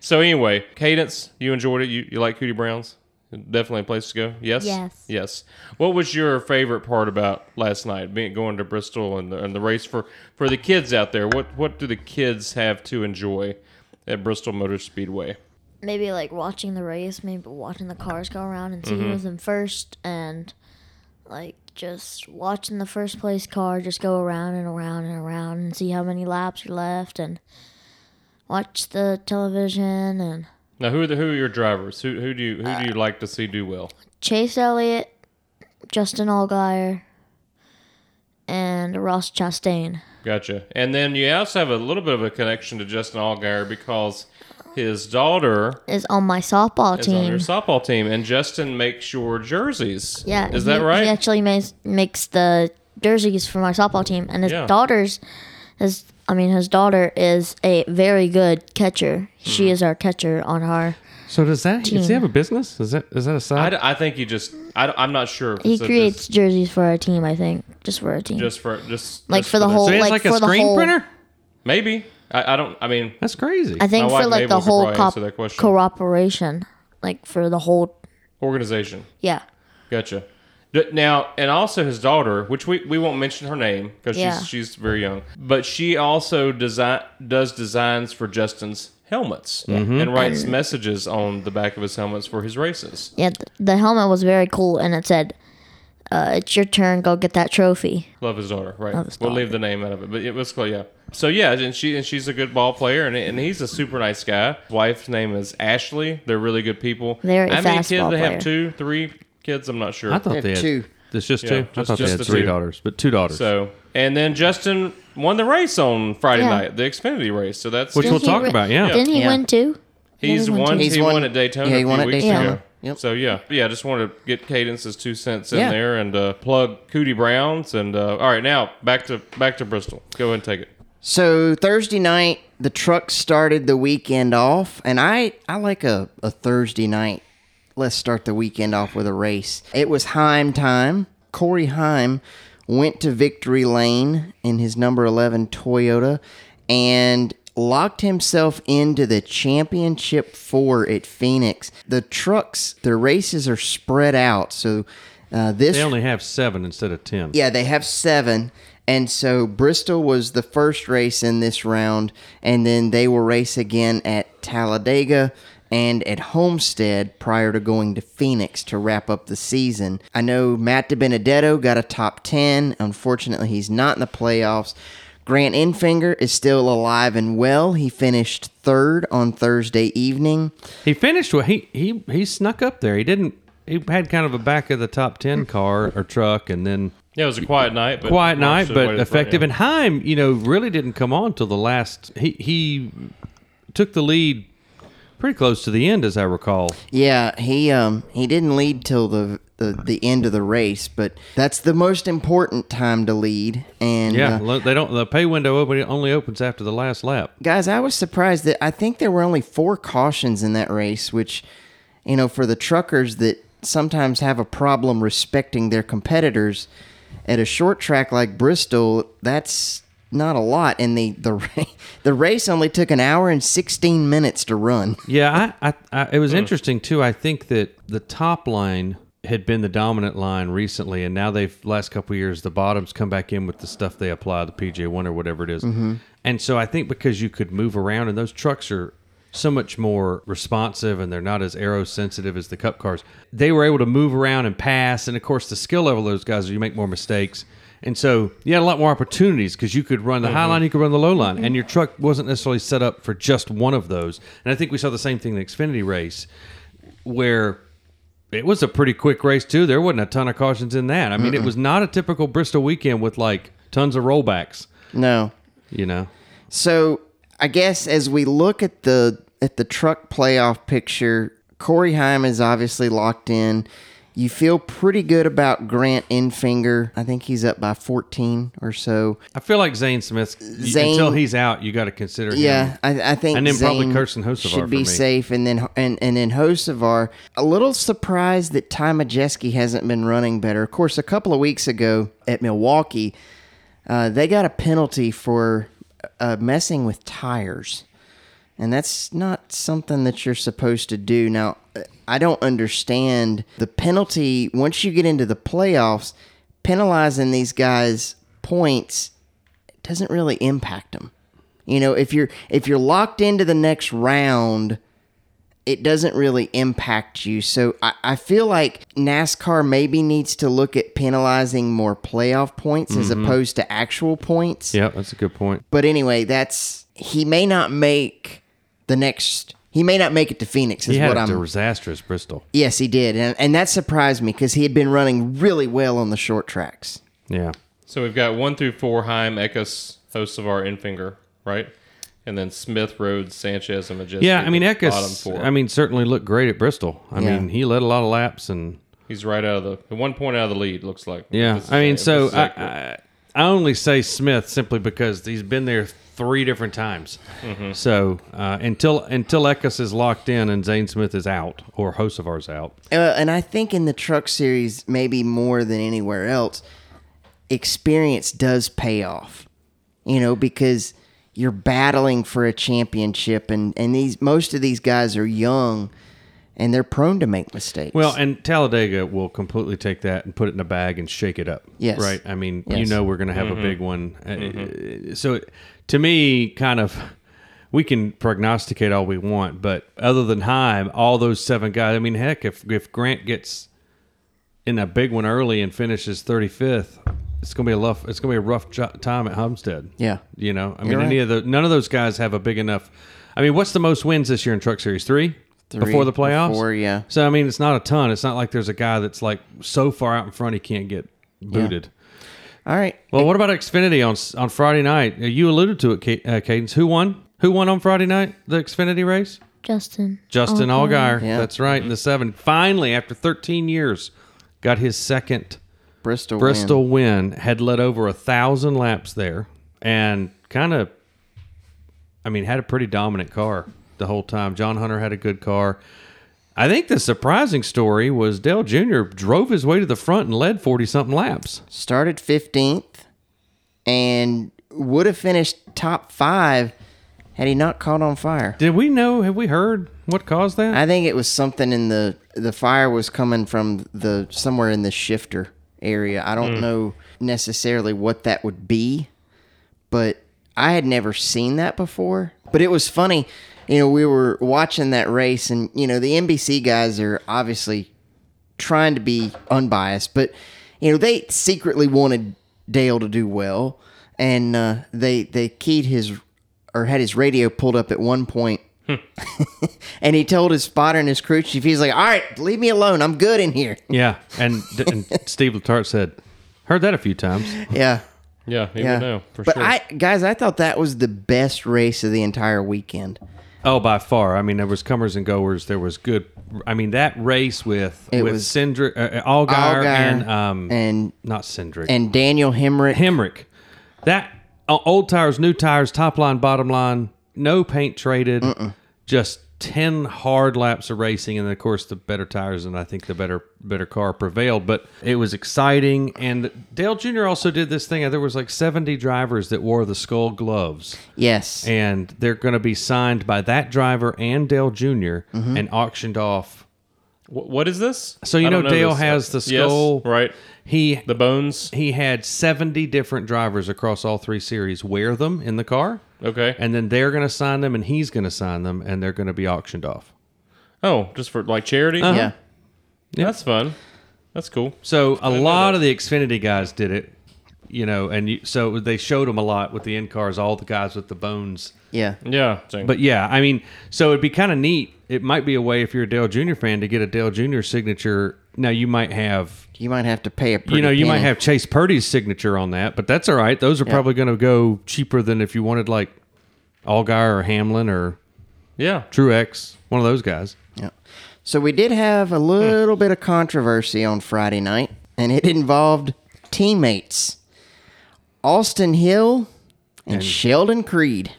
[SPEAKER 3] So anyway, Cadence, you enjoyed it. You you like Cootie Browns? Definitely a place to go. Yes.
[SPEAKER 4] Yes.
[SPEAKER 3] Yes. What was your favorite part about last night? Being going to Bristol and the, and the race for for the kids out there. What what do the kids have to enjoy at Bristol Motor Speedway?
[SPEAKER 4] Maybe like watching the race, maybe watching the cars go around and see
[SPEAKER 3] Mm-hmm.
[SPEAKER 4] who was in first, and like just watching the first place car just go around and around and around and see how many laps are left, and watch the television and
[SPEAKER 3] Now, who are the, who are your drivers? Who who do you who do you like to see do well?
[SPEAKER 4] Chase Elliott, Justin Allgaier, and Ross Chastain.
[SPEAKER 3] Gotcha. And then you also have a little bit of a connection to Justin Allgaier because his daughter
[SPEAKER 4] is on my softball
[SPEAKER 3] is on
[SPEAKER 4] team.
[SPEAKER 3] your softball team, and Justin makes your jerseys.
[SPEAKER 4] yeah,
[SPEAKER 3] Is that
[SPEAKER 4] he-
[SPEAKER 3] right?
[SPEAKER 4] He actually makes makes the jerseys for my softball team, and his
[SPEAKER 3] Yeah.
[SPEAKER 4] daughter's his. I mean, his daughter is a very good catcher. She
[SPEAKER 3] Hmm.
[SPEAKER 4] is our catcher on our.
[SPEAKER 5] so does that? Does he have a business? Is that is that a
[SPEAKER 3] I,
[SPEAKER 5] side?
[SPEAKER 3] d- I think he just. I, am not sure. If
[SPEAKER 4] He
[SPEAKER 3] it's a-
[SPEAKER 4] creates
[SPEAKER 3] just,
[SPEAKER 4] jerseys for our team. I think just for our team,
[SPEAKER 3] just for just
[SPEAKER 4] like
[SPEAKER 3] just
[SPEAKER 4] for the
[SPEAKER 3] this.
[SPEAKER 4] whole.
[SPEAKER 5] so he has
[SPEAKER 4] like,
[SPEAKER 5] like,
[SPEAKER 4] for
[SPEAKER 5] a
[SPEAKER 4] the
[SPEAKER 5] screen
[SPEAKER 4] whole,
[SPEAKER 5] printer.
[SPEAKER 3] Maybe I, I don't. I mean,
[SPEAKER 5] That's crazy.
[SPEAKER 4] I think
[SPEAKER 3] My
[SPEAKER 4] for
[SPEAKER 3] wife
[SPEAKER 4] like
[SPEAKER 3] Mabel
[SPEAKER 4] the
[SPEAKER 3] could
[SPEAKER 4] whole
[SPEAKER 3] probably
[SPEAKER 4] cop-
[SPEAKER 3] answer that question.
[SPEAKER 4] cooperation, like for the whole.
[SPEAKER 3] organization.
[SPEAKER 4] Yeah,
[SPEAKER 3] Gotcha. D- Now and also his daughter, which we, we won't mention her name because
[SPEAKER 4] Yeah.
[SPEAKER 3] she's she's very young, but she also design does designs for Justin's helmets and
[SPEAKER 4] Mm.
[SPEAKER 3] writes messages on the back of his helmets for his races.
[SPEAKER 4] yeah. th- the helmet was very cool, and it said, uh, "It's your turn. Go get that trophy."
[SPEAKER 3] Love his daughter, right?
[SPEAKER 4] his
[SPEAKER 3] we'll
[SPEAKER 4] daughter.
[SPEAKER 3] leave the name out of it, but it was cool. Yeah. So yeah, and she and she's a good ball player, and, and he's a super nice guy. Wife's name is Ashley. They're really good people.
[SPEAKER 4] Very
[SPEAKER 3] How many
[SPEAKER 4] fast
[SPEAKER 3] kids?
[SPEAKER 4] ball
[SPEAKER 3] They
[SPEAKER 4] player.
[SPEAKER 3] have two, three kids. I'm not sure.
[SPEAKER 5] I thought
[SPEAKER 2] have
[SPEAKER 5] they had
[SPEAKER 2] two.
[SPEAKER 5] It's just
[SPEAKER 3] Yeah,
[SPEAKER 5] two. I
[SPEAKER 3] just-
[SPEAKER 5] thought they
[SPEAKER 3] just
[SPEAKER 5] had
[SPEAKER 3] the
[SPEAKER 5] three
[SPEAKER 3] two.
[SPEAKER 5] daughters, but two daughters.
[SPEAKER 3] So and then Justin won the race on Friday
[SPEAKER 4] Yeah.
[SPEAKER 3] night, the Xfinity race. So that's
[SPEAKER 5] Which
[SPEAKER 4] Didn't
[SPEAKER 5] we'll
[SPEAKER 4] he
[SPEAKER 5] talk
[SPEAKER 4] win-
[SPEAKER 5] about, yeah.
[SPEAKER 4] Didn't he
[SPEAKER 2] Yeah.
[SPEAKER 4] win too?
[SPEAKER 3] He's
[SPEAKER 4] Another one,
[SPEAKER 3] won.
[SPEAKER 4] too.
[SPEAKER 2] He's
[SPEAKER 3] he won,
[SPEAKER 2] won-
[SPEAKER 3] at Daytona.
[SPEAKER 2] yeah, he
[SPEAKER 3] a
[SPEAKER 2] won
[SPEAKER 3] few
[SPEAKER 2] at
[SPEAKER 3] weeks
[SPEAKER 2] Daytona.
[SPEAKER 3] ago.
[SPEAKER 2] Yep.
[SPEAKER 3] So yeah, yeah. I just wanted to get Cadence's two cents in
[SPEAKER 2] Yeah.
[SPEAKER 3] there and uh, plug Cootie Browns. And uh, all right, now back to back to Bristol. Go ahead and take it.
[SPEAKER 2] So Thursday night, the truck started the weekend off, and I I like a, a Thursday night. Let's start the weekend off with a race. It was Heim time. Corey Heim went to victory lane in his number eleven Toyota and locked himself into the championship four at Phoenix. The trucks, the races are spread out, so uh, this
[SPEAKER 5] They only have seven instead of ten.
[SPEAKER 2] yeah, they have seven. And so Bristol was the first race in this round, and then they will race again at Talladega and at Homestead prior to going to Phoenix to wrap up the season. I know Matt DiBenedetto got a top 10. Unfortunately, he's not in the playoffs. Grant Infinger is still alive and well. He finished third on Thursday evening.
[SPEAKER 5] He finished. Well, he he he snuck up there. He didn't. He had kind of a back of the top ten car or truck, and then
[SPEAKER 3] Yeah, it was a quiet night. But
[SPEAKER 5] quiet night,
[SPEAKER 3] Marched his way
[SPEAKER 5] but
[SPEAKER 3] to the front,
[SPEAKER 5] effective.
[SPEAKER 3] yeah.
[SPEAKER 5] And Heim, you know, really didn't come on till the last. He he took the lead pretty close to the end, as I recall.
[SPEAKER 2] Yeah, he um he didn't lead till the the, the end of the race, but that's the most important time to lead. And
[SPEAKER 5] Yeah,
[SPEAKER 2] uh,
[SPEAKER 5] lo- they don't. The pay window open, only opens after the last lap.
[SPEAKER 2] guys, I was surprised that I think there were only four cautions in that race, which you know for the truckers that sometimes have a problem respecting their competitors at a short track like Bristol, that's not a lot. And the the ra- the race only took an hour and sixteen minutes to run.
[SPEAKER 5] Yeah, I, I, I it was interesting too. I think that the top line had been the dominant line recently, and now they've last couple of years the bottoms come back in with the stuff they apply the PJ one or whatever it is. and so I think because you could move around and those trucks are so much more responsive and they're not as aero sensitive as the cup cars. They were able to move around and pass, and of course the skill level of those guys, you make more mistakes. And so you had a lot more opportunities because you could run the
[SPEAKER 2] Mm-hmm.
[SPEAKER 5] high line, you could run the low line, and your truck wasn't necessarily set up for just one of those. And I think we saw the same thing in the Xfinity race, where it was a pretty quick race too. There wasn't a ton of cautions in that. I mean, it was not a typical Bristol weekend with like tons of rollbacks.
[SPEAKER 2] No,
[SPEAKER 5] You know,
[SPEAKER 2] So I guess as we look at the at the truck playoff picture, Corey Heim is obviously locked in. You feel pretty good about Grant Infinger. I think he's up by 14 or so.
[SPEAKER 5] I feel like Zane Smith
[SPEAKER 2] Zane-
[SPEAKER 5] until he's out, you got to consider. him.
[SPEAKER 2] Yeah, I, I think
[SPEAKER 5] And then probably
[SPEAKER 2] Zane
[SPEAKER 5] Kirsten Hocevar for
[SPEAKER 2] should be
[SPEAKER 5] me.
[SPEAKER 2] safe, and then and and then Hocevar. A little surprised that Ty Majeski hasn't been running better. Of course, a couple of weeks ago at Milwaukee, uh, they got a penalty for uh, messing with tires, and that's not something that you're supposed to do. Now, I don't understand the penalty. Once you get into the playoffs, penalizing these guys points doesn't really impact them. You know, if you're if you're locked into the next round, it doesn't really impact you. So I, I feel like NASCAR maybe needs to look at penalizing more playoff points as opposed to actual points.
[SPEAKER 5] Mm-hmm. yeah, that's a good point.
[SPEAKER 2] But anyway, that's he may not make the next. He may not make it to Phoenix. Is
[SPEAKER 5] He had
[SPEAKER 2] what
[SPEAKER 5] a
[SPEAKER 2] I'm.
[SPEAKER 5] disastrous Bristol.
[SPEAKER 2] yes, he did, and and that surprised me because he had been running really well on the short tracks.
[SPEAKER 5] Yeah,
[SPEAKER 3] So we've got one through four: Heim, Ekus, Hosevar, Infinger, right, and then Smith, Rhodes, Sanchez, and Majeski.
[SPEAKER 5] yeah. I mean,
[SPEAKER 3] the bottom
[SPEAKER 5] Eckes.
[SPEAKER 3] four.
[SPEAKER 5] I mean, certainly looked great at Bristol. I
[SPEAKER 2] Yeah.
[SPEAKER 5] mean, he led a lot of laps, and
[SPEAKER 3] he's right out of the at one point out of the lead. Looks like.
[SPEAKER 5] yeah.
[SPEAKER 3] This is
[SPEAKER 5] I mean,
[SPEAKER 3] ac-
[SPEAKER 5] so
[SPEAKER 3] this is
[SPEAKER 5] I,
[SPEAKER 3] accurate.
[SPEAKER 5] I, I only say Smith simply because he's been there three different times.
[SPEAKER 3] Mm-hmm.
[SPEAKER 5] So uh, until until Eckes is locked in and Zane Smith is out or Hosevar's out,
[SPEAKER 2] Uh, and I think in the truck series, maybe more than anywhere else, experience does pay off. You know, because you're battling for a championship, and and these most of these guys are young, and they're prone to make mistakes.
[SPEAKER 5] Well, and Talladega will completely take that and put it in a bag and shake it up.
[SPEAKER 2] Yes.
[SPEAKER 5] Right? I mean, you
[SPEAKER 2] Yes.
[SPEAKER 5] know we're going to have a big one. Uh, So it- to me, kind of, we can prognosticate all we want, but other than Heim, all those seven guys, I mean, heck, if, if Grant gets in a big one early and finishes 35th, it's going to be a rough, it's going to be a rough jo- time at Homestead.
[SPEAKER 2] Yeah.
[SPEAKER 5] You know, I mean,
[SPEAKER 2] You're
[SPEAKER 5] any
[SPEAKER 2] right.
[SPEAKER 5] of the, none of those guys have a big enough. I mean, what's the most wins this year in Truck Series? Three?
[SPEAKER 2] Three,
[SPEAKER 5] before the playoffs?
[SPEAKER 2] before, yeah.
[SPEAKER 5] So I mean, it's not a ton. It's not like there's a guy that's like so far out in front he can't get booted.
[SPEAKER 2] all right.
[SPEAKER 5] Well, what about Xfinity on s- on Friday night? Uh, You alluded to it, Ca- uh, Cadence. Who won? Who won on Friday night? The Xfinity race?
[SPEAKER 4] Justin.
[SPEAKER 5] Justin Allgaier.
[SPEAKER 2] Yeah.
[SPEAKER 5] That's right. In the seven, finally after 13 years, got his second
[SPEAKER 2] Bristol. win.
[SPEAKER 5] Bristol win. Had led over a thousand laps there, and kind of, I mean, had a pretty dominant car the whole time. John Hunter had a good car. I think the surprising story was Dale Jr. drove his way to the front and led forty something laps.
[SPEAKER 2] started fifteenth, and would would have finished top five had he not caught on fire.
[SPEAKER 5] Did we know? Have we heard what caused that?
[SPEAKER 2] I think it was something in the the fire was coming from the somewhere in the shifter area. I don't know necessarily what that would be, but I had never seen that before. But it was funny, you know, we were watching that race and you know, the NBC guys are obviously trying to be unbiased, but you know, they secretly wanted Dale to do well and uh, they they keyed his or had his radio pulled up at one point and he told his spotter and his crew chief, he's like, "All right, leave me alone. I'm good in here."
[SPEAKER 5] yeah, and, and Steve Letarte said, "Heard that a few times."
[SPEAKER 2] Yeah,
[SPEAKER 3] Yeah, he
[SPEAKER 2] yeah.
[SPEAKER 3] would know for
[SPEAKER 2] but
[SPEAKER 3] sure.
[SPEAKER 2] I, guys, I thought that was the best race of the entire weekend.
[SPEAKER 5] Oh, by far. I mean, there was comers and goers. There was good. I mean, that race with
[SPEAKER 2] It
[SPEAKER 5] with
[SPEAKER 2] was-
[SPEAKER 5] Cindric, uh, Allgaier,
[SPEAKER 2] Allgaier
[SPEAKER 5] and um,
[SPEAKER 2] and
[SPEAKER 5] not Cindric
[SPEAKER 2] and Daniel Hemrick.
[SPEAKER 5] Hemrick. That uh, old tires, new tires, top line, bottom line, no paint traded, just ten hard laps of racing, and then, of course the better tires and I think the better better car prevailed. But it was exciting, and Dale Jr. also did this thing. uh, There was like seventy drivers that wore the skull gloves
[SPEAKER 2] yes,
[SPEAKER 5] and they're going to be signed by that driver and Dale junior and auctioned off.
[SPEAKER 3] Wh- what is this?
[SPEAKER 5] So you
[SPEAKER 3] I
[SPEAKER 5] know,
[SPEAKER 3] don't
[SPEAKER 5] Dale
[SPEAKER 3] this.
[SPEAKER 5] has the
[SPEAKER 3] Yes,
[SPEAKER 5] skull,
[SPEAKER 3] right?
[SPEAKER 5] He
[SPEAKER 3] The bones.
[SPEAKER 5] he had seventy different drivers across all three series wear them in the car,
[SPEAKER 3] Okay.
[SPEAKER 5] and then they're going to sign them, and he's going to sign them, and they're going to be auctioned off.
[SPEAKER 3] oh, just for like charity.
[SPEAKER 5] Uh-huh.
[SPEAKER 2] yeah,
[SPEAKER 3] That's fun. That's cool.
[SPEAKER 5] So a lot of the Xfinity guys did it, you know, and you, so they showed them a lot with the end cars, all the guys with the bones.
[SPEAKER 2] yeah.
[SPEAKER 3] Yeah.
[SPEAKER 5] But yeah, I mean, so it'd be kind of neat. It might be a way if you're a Dale Jr. fan to get a Dale Jr. signature. Now you might have,
[SPEAKER 2] You might have to pay a. Pretty
[SPEAKER 5] you know, you might
[SPEAKER 2] penny.
[SPEAKER 5] have Chase Purdy's signature on that, but that's all right. Those are probably going to go cheaper than if you wanted like Allgaier or Hamlin or
[SPEAKER 3] yeah.
[SPEAKER 5] Truex, one of those guys.
[SPEAKER 2] Yeah. So we did have a little bit of controversy on Friday night, and it involved teammates, Austin Hill and Sheldon Creed.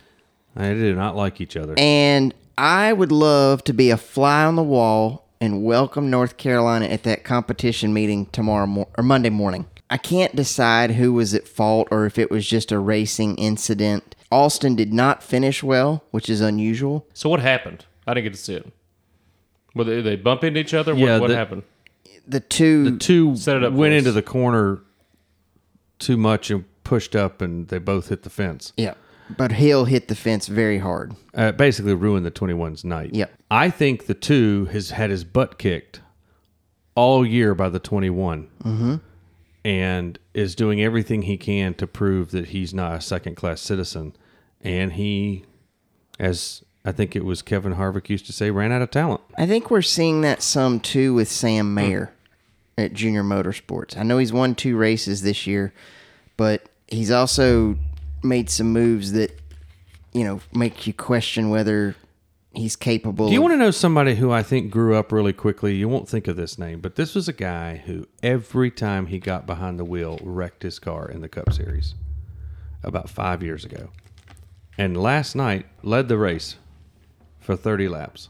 [SPEAKER 5] They do not like each other.
[SPEAKER 2] And I would love to be a fly on the wall and welcome North Carolina at that competition meeting tomorrow mor- or Monday morning. I can't decide who was at fault or if it was just a racing incident. Austin did not finish well, which is unusual.
[SPEAKER 3] So what happened? I didn't get to see it. Were they, they bump into each other? What,
[SPEAKER 5] Yeah,
[SPEAKER 3] what
[SPEAKER 5] the-
[SPEAKER 3] happened?
[SPEAKER 2] The two,
[SPEAKER 5] Two
[SPEAKER 3] Set it up
[SPEAKER 5] went
[SPEAKER 3] for us.
[SPEAKER 5] into the corner too much and pushed up, and they both hit the fence.
[SPEAKER 2] yeah, but Hill hit the fence very hard.
[SPEAKER 5] uh, basically ruined the 21's night.
[SPEAKER 2] Yep.
[SPEAKER 5] I think the two has had his butt kicked all year by the 21 and is doing everything he can to prove that he's not a second class citizen. And he, as I think it was Kevin Harvick used to say, ran out of talent.
[SPEAKER 2] I think we're seeing that some too with Sam Mayer at Junior Motorsports. I know he's won two races this year, but he's also made some moves that you know make you question whether he's capable.
[SPEAKER 5] Do you
[SPEAKER 2] of-
[SPEAKER 5] want to know somebody who I think grew up really quickly? You won't think of this name, but this was a guy who every time he got behind the wheel wrecked his car in the Cup Series about five years ago. And last night led the race for 30 laps.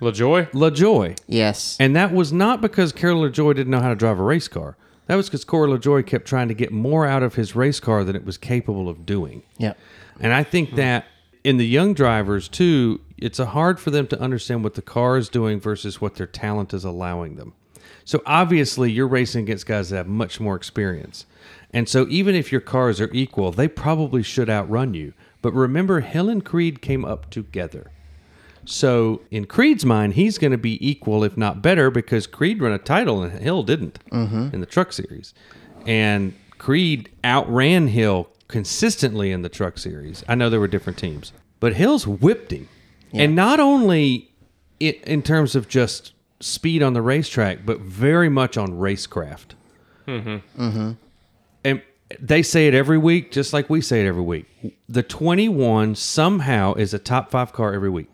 [SPEAKER 3] LaJoy?
[SPEAKER 5] LaJoy.
[SPEAKER 2] yes,
[SPEAKER 5] And that was not because Carol LaJoy didn't know how to drive a race car. That was because Corey LaJoy kept trying to get more out of his race car than it was capable of doing.
[SPEAKER 2] yeah,
[SPEAKER 5] And I think that in the young drivers too, it's a hard for them to understand what the car is doing versus what their talent is allowing them. So obviously, you're racing against guys that have much more experience. And so even if your cars are equal, they probably should outrun you. But remember, Hill and Creed came up together. So in Creed's mind, he's going to be equal, if not better, because Creed won a title and Hill didn't in the Truck Series, and Creed outran Hill consistently in the Truck Series. I know there were different teams, but Hill's whipped him, and not only it, in terms of just speed on the racetrack, but very much on racecraft and they say it every week, just like we say it every week. The 21 somehow is a top five car every week.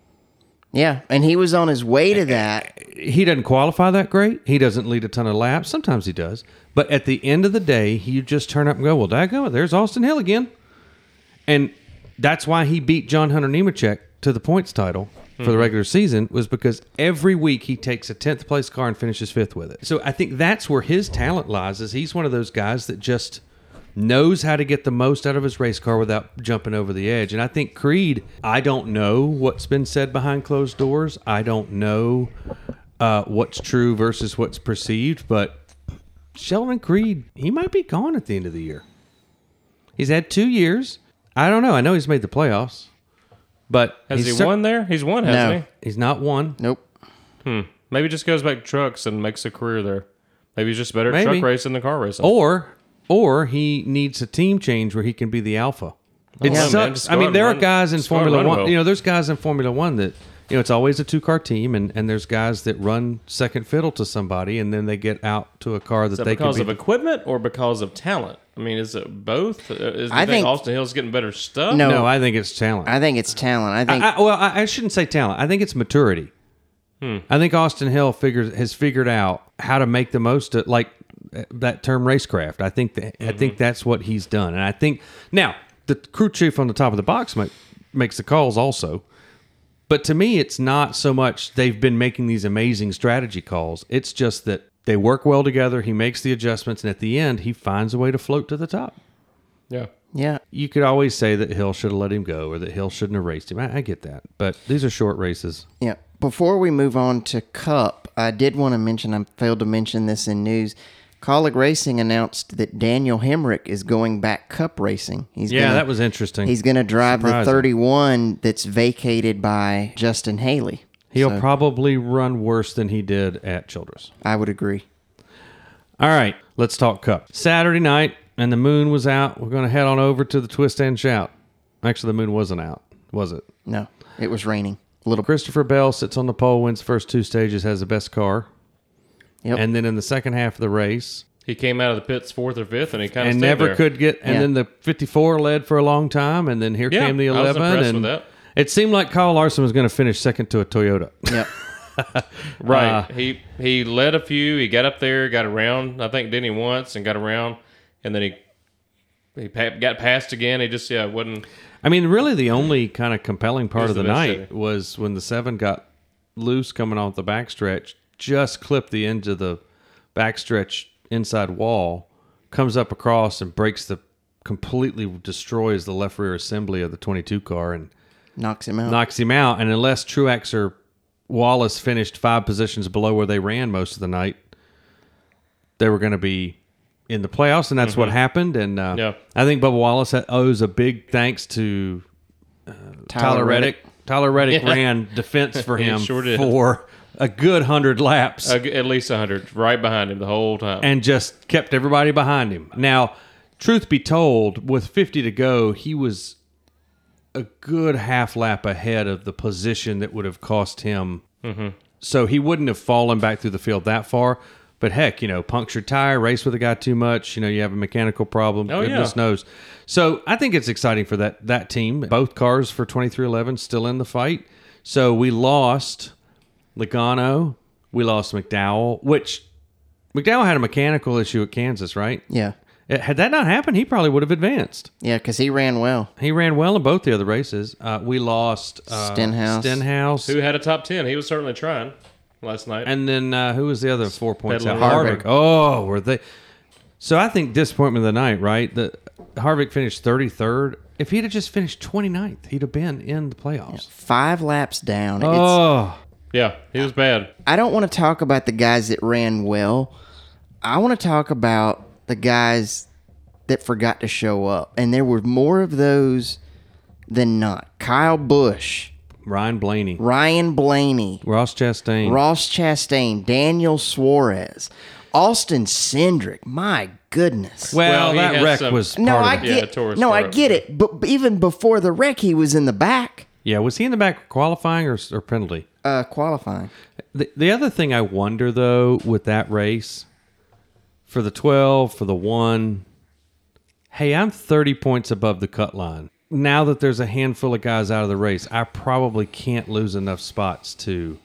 [SPEAKER 2] yeah, and he was on his way to that.
[SPEAKER 5] He doesn't qualify that great. He doesn't lead a ton of laps. Sometimes he does. But at the end of the day, you just turn up and go, well, daggum, it, there's Austin Hill again. And that's why he beat John Hunter Nemechek to the points title for the regular season was because every week he takes a 10th place car and finishes fifth with it. So I think that's where his talent lies is he's one of those guys that just – knows how to get the most out of his race car without jumping over the edge. And I think Creed, I don't know what's been said behind closed doors. I don't know uh, what's true versus what's perceived, but Sheldon Creed, he might be gone at the end of the year. He's had two years. I don't know. I know he's made the playoffs, but
[SPEAKER 3] Has
[SPEAKER 5] he's
[SPEAKER 3] he
[SPEAKER 5] cer-
[SPEAKER 3] won there? He's won, hasn't
[SPEAKER 2] No.
[SPEAKER 3] he?
[SPEAKER 5] He's not won.
[SPEAKER 2] Nope.
[SPEAKER 3] Maybe he just goes back to trucks and makes a career there. Maybe he's just better at
[SPEAKER 5] Maybe. Oh,
[SPEAKER 3] truck racing than car racing.
[SPEAKER 5] or or he needs a team change where he can be the alpha. It
[SPEAKER 3] Yeah, man,
[SPEAKER 5] sucks.
[SPEAKER 3] just go
[SPEAKER 5] I
[SPEAKER 3] out
[SPEAKER 5] mean,
[SPEAKER 3] and
[SPEAKER 5] there are
[SPEAKER 3] run-
[SPEAKER 5] guys in
[SPEAKER 3] just go out and
[SPEAKER 5] Formula
[SPEAKER 3] run
[SPEAKER 5] One.
[SPEAKER 3] well.
[SPEAKER 5] You know, there's guys in Formula One that you know it's always a two car team, and and there's guys that run second fiddle to somebody, and then they get out to a car that,
[SPEAKER 3] Is that
[SPEAKER 5] they can
[SPEAKER 3] because
[SPEAKER 5] be.
[SPEAKER 3] of equipment or because of talent? I mean, is it both? Uh, Is
[SPEAKER 2] I
[SPEAKER 3] I think
[SPEAKER 2] think-
[SPEAKER 3] Austin Hill's getting better stuff?
[SPEAKER 2] No.
[SPEAKER 5] no, I think it's talent.
[SPEAKER 2] I think it's talent. I think
[SPEAKER 5] I, I- well, I, I shouldn't say talent. I think it's maturity. I think Austin Hill figures has figured out how to make the most of like uh, that term racecraft. I think that I think that's what he's done, and I think now the crew chief on the top of the box make, makes the calls also. But to me, it's not so much they've been making these amazing strategy calls. It's just that they work well together. He makes the adjustments, and at the end, he finds a way to float to the top
[SPEAKER 3] Yeah.
[SPEAKER 2] yeah.
[SPEAKER 5] you could always say that Hill should have let him go or that Hill shouldn't have raced him. I, I get that, but these are short races.
[SPEAKER 2] Yeah. Before we move on to Cup, I did want to mention, I failed to mention this in news. Colleague Racing announced that Daniel Hemrick is going back Cup racing. He's
[SPEAKER 5] Yeah,
[SPEAKER 2] gonna-
[SPEAKER 5] that was interesting.
[SPEAKER 2] He's going to drive the
[SPEAKER 5] Surprising.
[SPEAKER 2] 31 that's vacated by Justin Haley.
[SPEAKER 5] He'll probably run worse than he did at Childress.
[SPEAKER 2] I would agree.
[SPEAKER 5] All right, let's talk Cup. Saturday night, and the moon was out. We're going to head on over to the Twist and Shout. Actually, the moon wasn't out, was it?
[SPEAKER 2] No, it was raining a little.
[SPEAKER 5] Christopher Bell sits on the pole, wins the first two stages, has the best car.
[SPEAKER 2] Yep.
[SPEAKER 5] And then in the second half of the race,
[SPEAKER 3] He came out of the pits fourth or fifth, and he kind of
[SPEAKER 5] and
[SPEAKER 3] stayed
[SPEAKER 5] never
[SPEAKER 3] there.
[SPEAKER 5] could get. And
[SPEAKER 2] Yeah.
[SPEAKER 5] then the 54 led for a long time, and then here
[SPEAKER 3] Yeah,
[SPEAKER 5] came the
[SPEAKER 3] I was
[SPEAKER 5] 11.
[SPEAKER 3] impressed
[SPEAKER 5] and
[SPEAKER 3] with that.
[SPEAKER 5] It seemed like Kyle Larson was going to finish second to a Toyota.
[SPEAKER 2] Yep.
[SPEAKER 3] Right.
[SPEAKER 5] Uh,
[SPEAKER 3] he he led a few. He got up there, got around. I think did he once and got around, and then he he pa- got passed again. He just yeah wasn't.
[SPEAKER 5] I mean, really, the only kind of compelling part
[SPEAKER 3] He's
[SPEAKER 5] of the,
[SPEAKER 3] the best
[SPEAKER 5] night
[SPEAKER 3] shooter.
[SPEAKER 5] was when the seven got loose coming off the backstretch, just clipped the end of the backstretch inside wall, comes up across and breaks the completely destroys the left rear assembly of the 22 car and
[SPEAKER 2] Knocks him out.
[SPEAKER 5] knocks him out. And unless Truex or Wallace finished five positions below where they ran most of the night, they were going to be in the playoffs, and that's what happened. And uh,
[SPEAKER 3] Mm-hmm. Yeah.
[SPEAKER 5] I think Bubba Wallace ha- owes a big thanks to uh, Tyler, Reddick. Tyler Reddick
[SPEAKER 3] Yeah.
[SPEAKER 5] ran defense for
[SPEAKER 3] He
[SPEAKER 5] him
[SPEAKER 3] sure did.
[SPEAKER 5] for a good hundred laps
[SPEAKER 3] Uh, at least hundred right behind him the whole time.
[SPEAKER 5] and just kept everybody behind him. Now, truth be told, with 50 to go, he was a good half lap ahead of the position that would have cost him. So he wouldn't have fallen back through the field that far. But heck, you know, punctured tire, race with a guy too much. You know, you have a mechanical problem.
[SPEAKER 3] Oh,
[SPEAKER 5] goodness
[SPEAKER 3] yeah.
[SPEAKER 5] knows. So I think it's exciting for that that team. Both cars for twenty three eleven still in the fight. So we lost Logano. We lost McDowell, which McDowell had a mechanical issue at Kansas, right?
[SPEAKER 2] Yeah.
[SPEAKER 5] It- Had that not happened, he probably would have advanced.
[SPEAKER 2] Yeah, because he ran well.
[SPEAKER 5] He ran well in both the other races. Uh, we lost uh,
[SPEAKER 2] Stenhouse.
[SPEAKER 5] Stenhouse.
[SPEAKER 3] Who had a top ten? He was certainly trying last night.
[SPEAKER 5] And then uh, who was the other four points out?
[SPEAKER 3] Pedal
[SPEAKER 5] Harvick.
[SPEAKER 3] and
[SPEAKER 5] Oh, were they? So I think disappointment of the night, right? The Harvick finished 33rd. If he'd have just finished 29th, he'd have been in the playoffs.
[SPEAKER 2] Five laps down. It's,
[SPEAKER 5] Oh,
[SPEAKER 3] yeah, he was bad.
[SPEAKER 2] I don't want to talk about the guys that ran well. I want to talk about the guys that forgot to show up. And there were more of those than not. Kyle Bush,
[SPEAKER 5] Ryan Blaney,
[SPEAKER 2] Ryan Blaney,
[SPEAKER 5] Ross Chastain.
[SPEAKER 2] Ross Chastain, Daniel Suarez, Austin Cindric. My goodness.
[SPEAKER 5] well,
[SPEAKER 3] Well, he
[SPEAKER 5] that
[SPEAKER 3] had
[SPEAKER 5] wreck
[SPEAKER 3] some-
[SPEAKER 5] was
[SPEAKER 2] no,
[SPEAKER 5] part of
[SPEAKER 2] I
[SPEAKER 5] it.
[SPEAKER 3] Yeah,
[SPEAKER 2] get
[SPEAKER 3] Torres
[SPEAKER 2] No, I
[SPEAKER 3] Torres.
[SPEAKER 2] get it. But b- even before the wreck, he was in the back
[SPEAKER 5] Yeah, was he in the back qualifying or, or penalty?
[SPEAKER 2] uh, qualifying.
[SPEAKER 5] The, the other thing I wonder though with that race for the 12, for the 1, hey, I'm 30 points above the cut line. Now that there's a handful of guys out of the race, I probably can't lose enough spots to.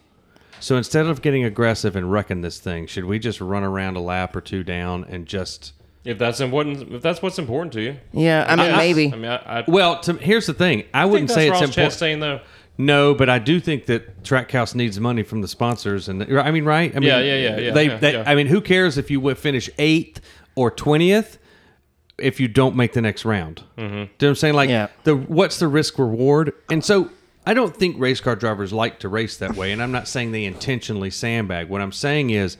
[SPEAKER 5] So instead of getting aggressive and wrecking this thing, should we just run around a lap or two down and just
[SPEAKER 3] If that's important, if that's what's important to you,
[SPEAKER 2] Yeah, I mean
[SPEAKER 3] Yeah.
[SPEAKER 2] maybe.
[SPEAKER 3] I mean, I, I
[SPEAKER 5] Well, to, here's the thing. I,
[SPEAKER 3] I think
[SPEAKER 5] wouldn't
[SPEAKER 3] that's
[SPEAKER 5] say it's
[SPEAKER 3] Ross
[SPEAKER 5] important.
[SPEAKER 3] Chastain though.
[SPEAKER 5] No, but I do think that Trackhouse needs money from the sponsors, and I mean, right? I mean,
[SPEAKER 3] Yeah, yeah, yeah, yeah,
[SPEAKER 5] They,
[SPEAKER 3] yeah,
[SPEAKER 5] they
[SPEAKER 3] yeah.
[SPEAKER 5] I mean, who cares if you would finish eighth or twentieth? if you don't make the next round. Mm-hmm. Do you know what I'm saying? Like
[SPEAKER 2] Yeah.
[SPEAKER 5] the what's the risk reward? And so I don't think race car drivers like to race that way. And I'm not saying they intentionally sandbag. What I'm saying is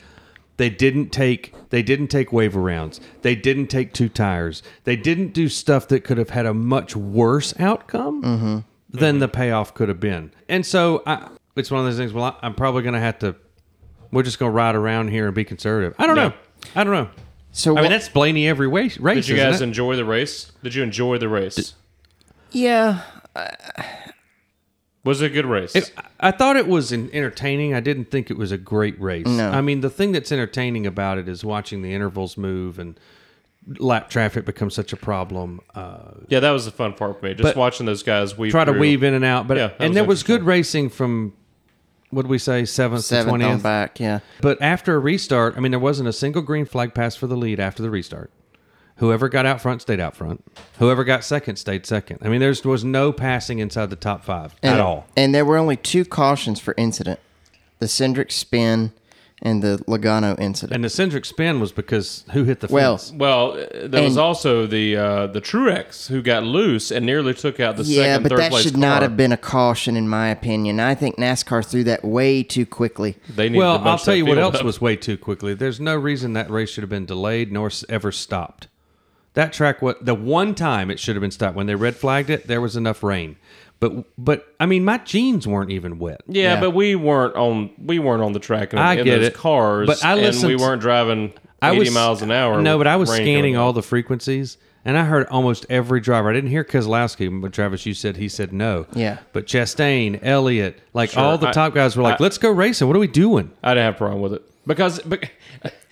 [SPEAKER 5] they didn't take they didn't take waiver rounds. They didn't take two tires. They didn't do stuff that could have had a much worse outcome
[SPEAKER 3] Mm-hmm.
[SPEAKER 5] than the payoff could have been. And so I, it's one of those things. Well, I, I'm probably going to have to. We're just going to ride around here and be conservative. I don't
[SPEAKER 3] Yeah.
[SPEAKER 5] know. I don't know.
[SPEAKER 2] So
[SPEAKER 5] I
[SPEAKER 2] what-
[SPEAKER 5] mean, that's Blaney every race. race
[SPEAKER 3] Did you
[SPEAKER 5] isn't
[SPEAKER 3] guys
[SPEAKER 5] it?
[SPEAKER 3] enjoy the race? Did you enjoy the race?
[SPEAKER 2] yeah,
[SPEAKER 3] Was it a good race?
[SPEAKER 5] It- I thought it was en- entertaining. I didn't think it was a great race.
[SPEAKER 2] No.
[SPEAKER 5] I mean, the thing that's entertaining about it is watching the intervals move and lap traffic becomes such a problem. Uh,
[SPEAKER 3] yeah, that was the fun part for me. Just
[SPEAKER 5] But-
[SPEAKER 3] watching those guys weave.
[SPEAKER 5] try to
[SPEAKER 3] through.
[SPEAKER 5] weave in and out, but
[SPEAKER 3] Yeah, that
[SPEAKER 5] and
[SPEAKER 3] was
[SPEAKER 5] there was good racing from what did we say seventh to
[SPEAKER 2] seventh on
[SPEAKER 5] twentieth.
[SPEAKER 2] back. Yeah,
[SPEAKER 5] But after a restart, I mean, there wasn't a single green flag pass for the lead after the restart. Whoever got out front stayed out front. Whoever got second stayed second. I mean, there was no passing inside the top five
[SPEAKER 2] and,
[SPEAKER 5] at all.
[SPEAKER 2] And there were only two cautions for incident: the Cindric spin and the Logano incident.
[SPEAKER 5] And the Cendric spin was because who hit the
[SPEAKER 2] Well,
[SPEAKER 5] fence?
[SPEAKER 3] Well, uh, there was
[SPEAKER 2] And-
[SPEAKER 3] also the uh, the Truex who got loose and nearly took out the
[SPEAKER 2] yeah,
[SPEAKER 3] second,
[SPEAKER 2] but
[SPEAKER 3] third
[SPEAKER 2] that
[SPEAKER 3] place
[SPEAKER 2] should not
[SPEAKER 3] car.
[SPEAKER 2] have been a caution, in my opinion. I think NASCAR threw that way too quickly.
[SPEAKER 3] They needed to
[SPEAKER 5] Well, I'll
[SPEAKER 3] bunch
[SPEAKER 5] tell
[SPEAKER 3] that
[SPEAKER 5] you what
[SPEAKER 3] field
[SPEAKER 5] else
[SPEAKER 3] up.
[SPEAKER 5] was way too quickly. There's no reason that race should have been delayed nor s- ever stopped. That track, what the one time it should have been stopped when they red flagged it, there was enough rain. But but I mean, my jeans weren't even wet.
[SPEAKER 3] Yeah,
[SPEAKER 2] Yeah.
[SPEAKER 3] but we weren't on we weren't on the track in,
[SPEAKER 5] I
[SPEAKER 3] in
[SPEAKER 5] get
[SPEAKER 3] those
[SPEAKER 5] it.
[SPEAKER 3] cars,
[SPEAKER 5] But I
[SPEAKER 3] and we
[SPEAKER 5] listened-
[SPEAKER 3] weren't driving eighty miles an hour.
[SPEAKER 5] No,
[SPEAKER 3] with
[SPEAKER 5] but I was
[SPEAKER 3] rain coming
[SPEAKER 5] scanning
[SPEAKER 3] down.
[SPEAKER 5] all the frequencies, and I heard almost every driver. I didn't hear Kozlowski, but Travis, you said he said no.
[SPEAKER 2] Yeah.
[SPEAKER 5] But Chastain, Elliott, like
[SPEAKER 3] Sure,
[SPEAKER 5] all the
[SPEAKER 3] I-
[SPEAKER 5] top guys were like,
[SPEAKER 3] I-
[SPEAKER 5] "Let's go racing. What are we doing?"
[SPEAKER 3] I didn't have a problem with it because bec-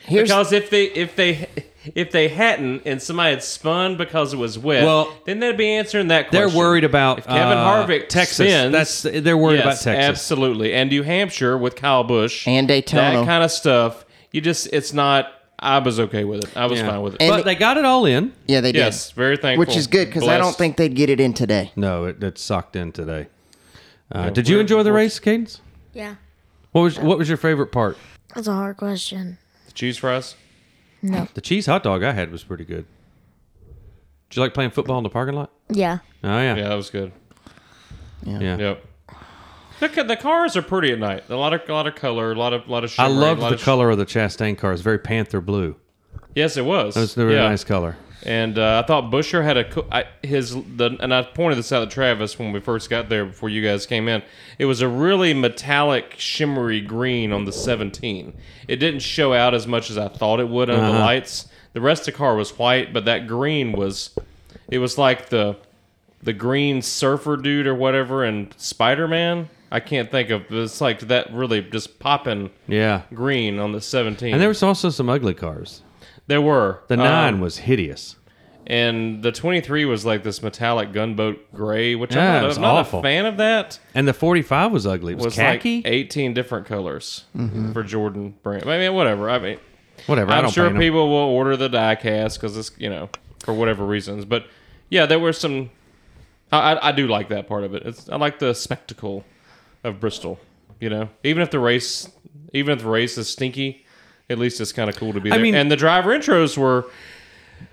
[SPEAKER 2] Here's-
[SPEAKER 3] because if they if they if they hadn't and somebody had spun because it was wet,
[SPEAKER 5] Well,
[SPEAKER 3] then they'd be answering that
[SPEAKER 5] They're
[SPEAKER 3] question.
[SPEAKER 5] worried about
[SPEAKER 3] if Kevin
[SPEAKER 5] uh,
[SPEAKER 3] Harvick
[SPEAKER 5] Texas.
[SPEAKER 3] spins-
[SPEAKER 5] That's they're worried
[SPEAKER 3] Yes,
[SPEAKER 5] about Texas.
[SPEAKER 3] absolutely, and New Hampshire with Kyle Busch
[SPEAKER 2] And Daytona.
[SPEAKER 3] that kind of stuff. You just it's not. I was okay with it. I was
[SPEAKER 5] Yeah.
[SPEAKER 3] fine with it.
[SPEAKER 2] And-
[SPEAKER 5] but they got it all in.
[SPEAKER 2] Yeah, they did.
[SPEAKER 3] Yes, very thankful.
[SPEAKER 2] Which is good because I don't
[SPEAKER 3] Blessed.
[SPEAKER 2] think they'd get it in today.
[SPEAKER 5] No, it, it sucked in today. Uh,
[SPEAKER 3] Yeah,
[SPEAKER 5] did you
[SPEAKER 3] we're-
[SPEAKER 5] enjoy the
[SPEAKER 3] we're-
[SPEAKER 5] race, Cadence?
[SPEAKER 4] Yeah.
[SPEAKER 5] What was what was your favorite part?
[SPEAKER 4] That's a hard question.
[SPEAKER 3] But cheese fries.
[SPEAKER 4] No.
[SPEAKER 5] The cheese hot dog I had was pretty good. Did you like playing football in the parking lot?
[SPEAKER 4] Yeah.
[SPEAKER 5] Oh yeah,
[SPEAKER 3] Yeah, that was good.
[SPEAKER 5] yeah.
[SPEAKER 3] Yep. The, ca- the cars are pretty at night. A lot of a lot of color, a lot of lot of.
[SPEAKER 5] I
[SPEAKER 3] Shimmery,
[SPEAKER 5] loved
[SPEAKER 3] a lot
[SPEAKER 5] the
[SPEAKER 3] of sh-
[SPEAKER 5] color of the Chastain car. It's very panther blue.
[SPEAKER 3] yes, it was.
[SPEAKER 5] It's a really
[SPEAKER 3] Yeah.
[SPEAKER 5] nice color.
[SPEAKER 3] And uh, I thought Busher had a co- I, his the and I pointed this out to Travis when we first got there before you guys came in. It was a really metallic, shimmery green on the 17. It didn't show out as much as I thought it would under the
[SPEAKER 5] Uh-huh.
[SPEAKER 3] lights. The rest of the car was white, but that green was it was like the the green surfer dude or whatever and Spider Man. I can't think of it's like that really just popping
[SPEAKER 5] Yeah.
[SPEAKER 3] green on the 17.
[SPEAKER 5] And there was also some ugly cars.
[SPEAKER 3] there were
[SPEAKER 5] The
[SPEAKER 3] Um,
[SPEAKER 5] nine was hideous.
[SPEAKER 3] and the 23 was like this metallic gunboat gray, which
[SPEAKER 5] Yeah,
[SPEAKER 3] I'm
[SPEAKER 5] it
[SPEAKER 3] not,
[SPEAKER 5] was
[SPEAKER 3] I'm not
[SPEAKER 5] awful.
[SPEAKER 3] a fan of that.
[SPEAKER 5] And the 45 was ugly. It was,
[SPEAKER 3] was
[SPEAKER 5] khaki.
[SPEAKER 3] like 18 different colors for Jordan brand. I mean, whatever. I mean,
[SPEAKER 5] Whatever. I
[SPEAKER 3] I'm
[SPEAKER 5] don't
[SPEAKER 3] sure
[SPEAKER 5] blame 'em.
[SPEAKER 3] people will order the diecast because it's you know for whatever reasons. But yeah, there were some. I, I, I do like that part of it. It's I like the spectacle of Bristol. You know, even if the race, even if the race is stinky, at least it's kind of cool to be
[SPEAKER 5] I
[SPEAKER 3] there.
[SPEAKER 5] mean-
[SPEAKER 3] and the driver intros were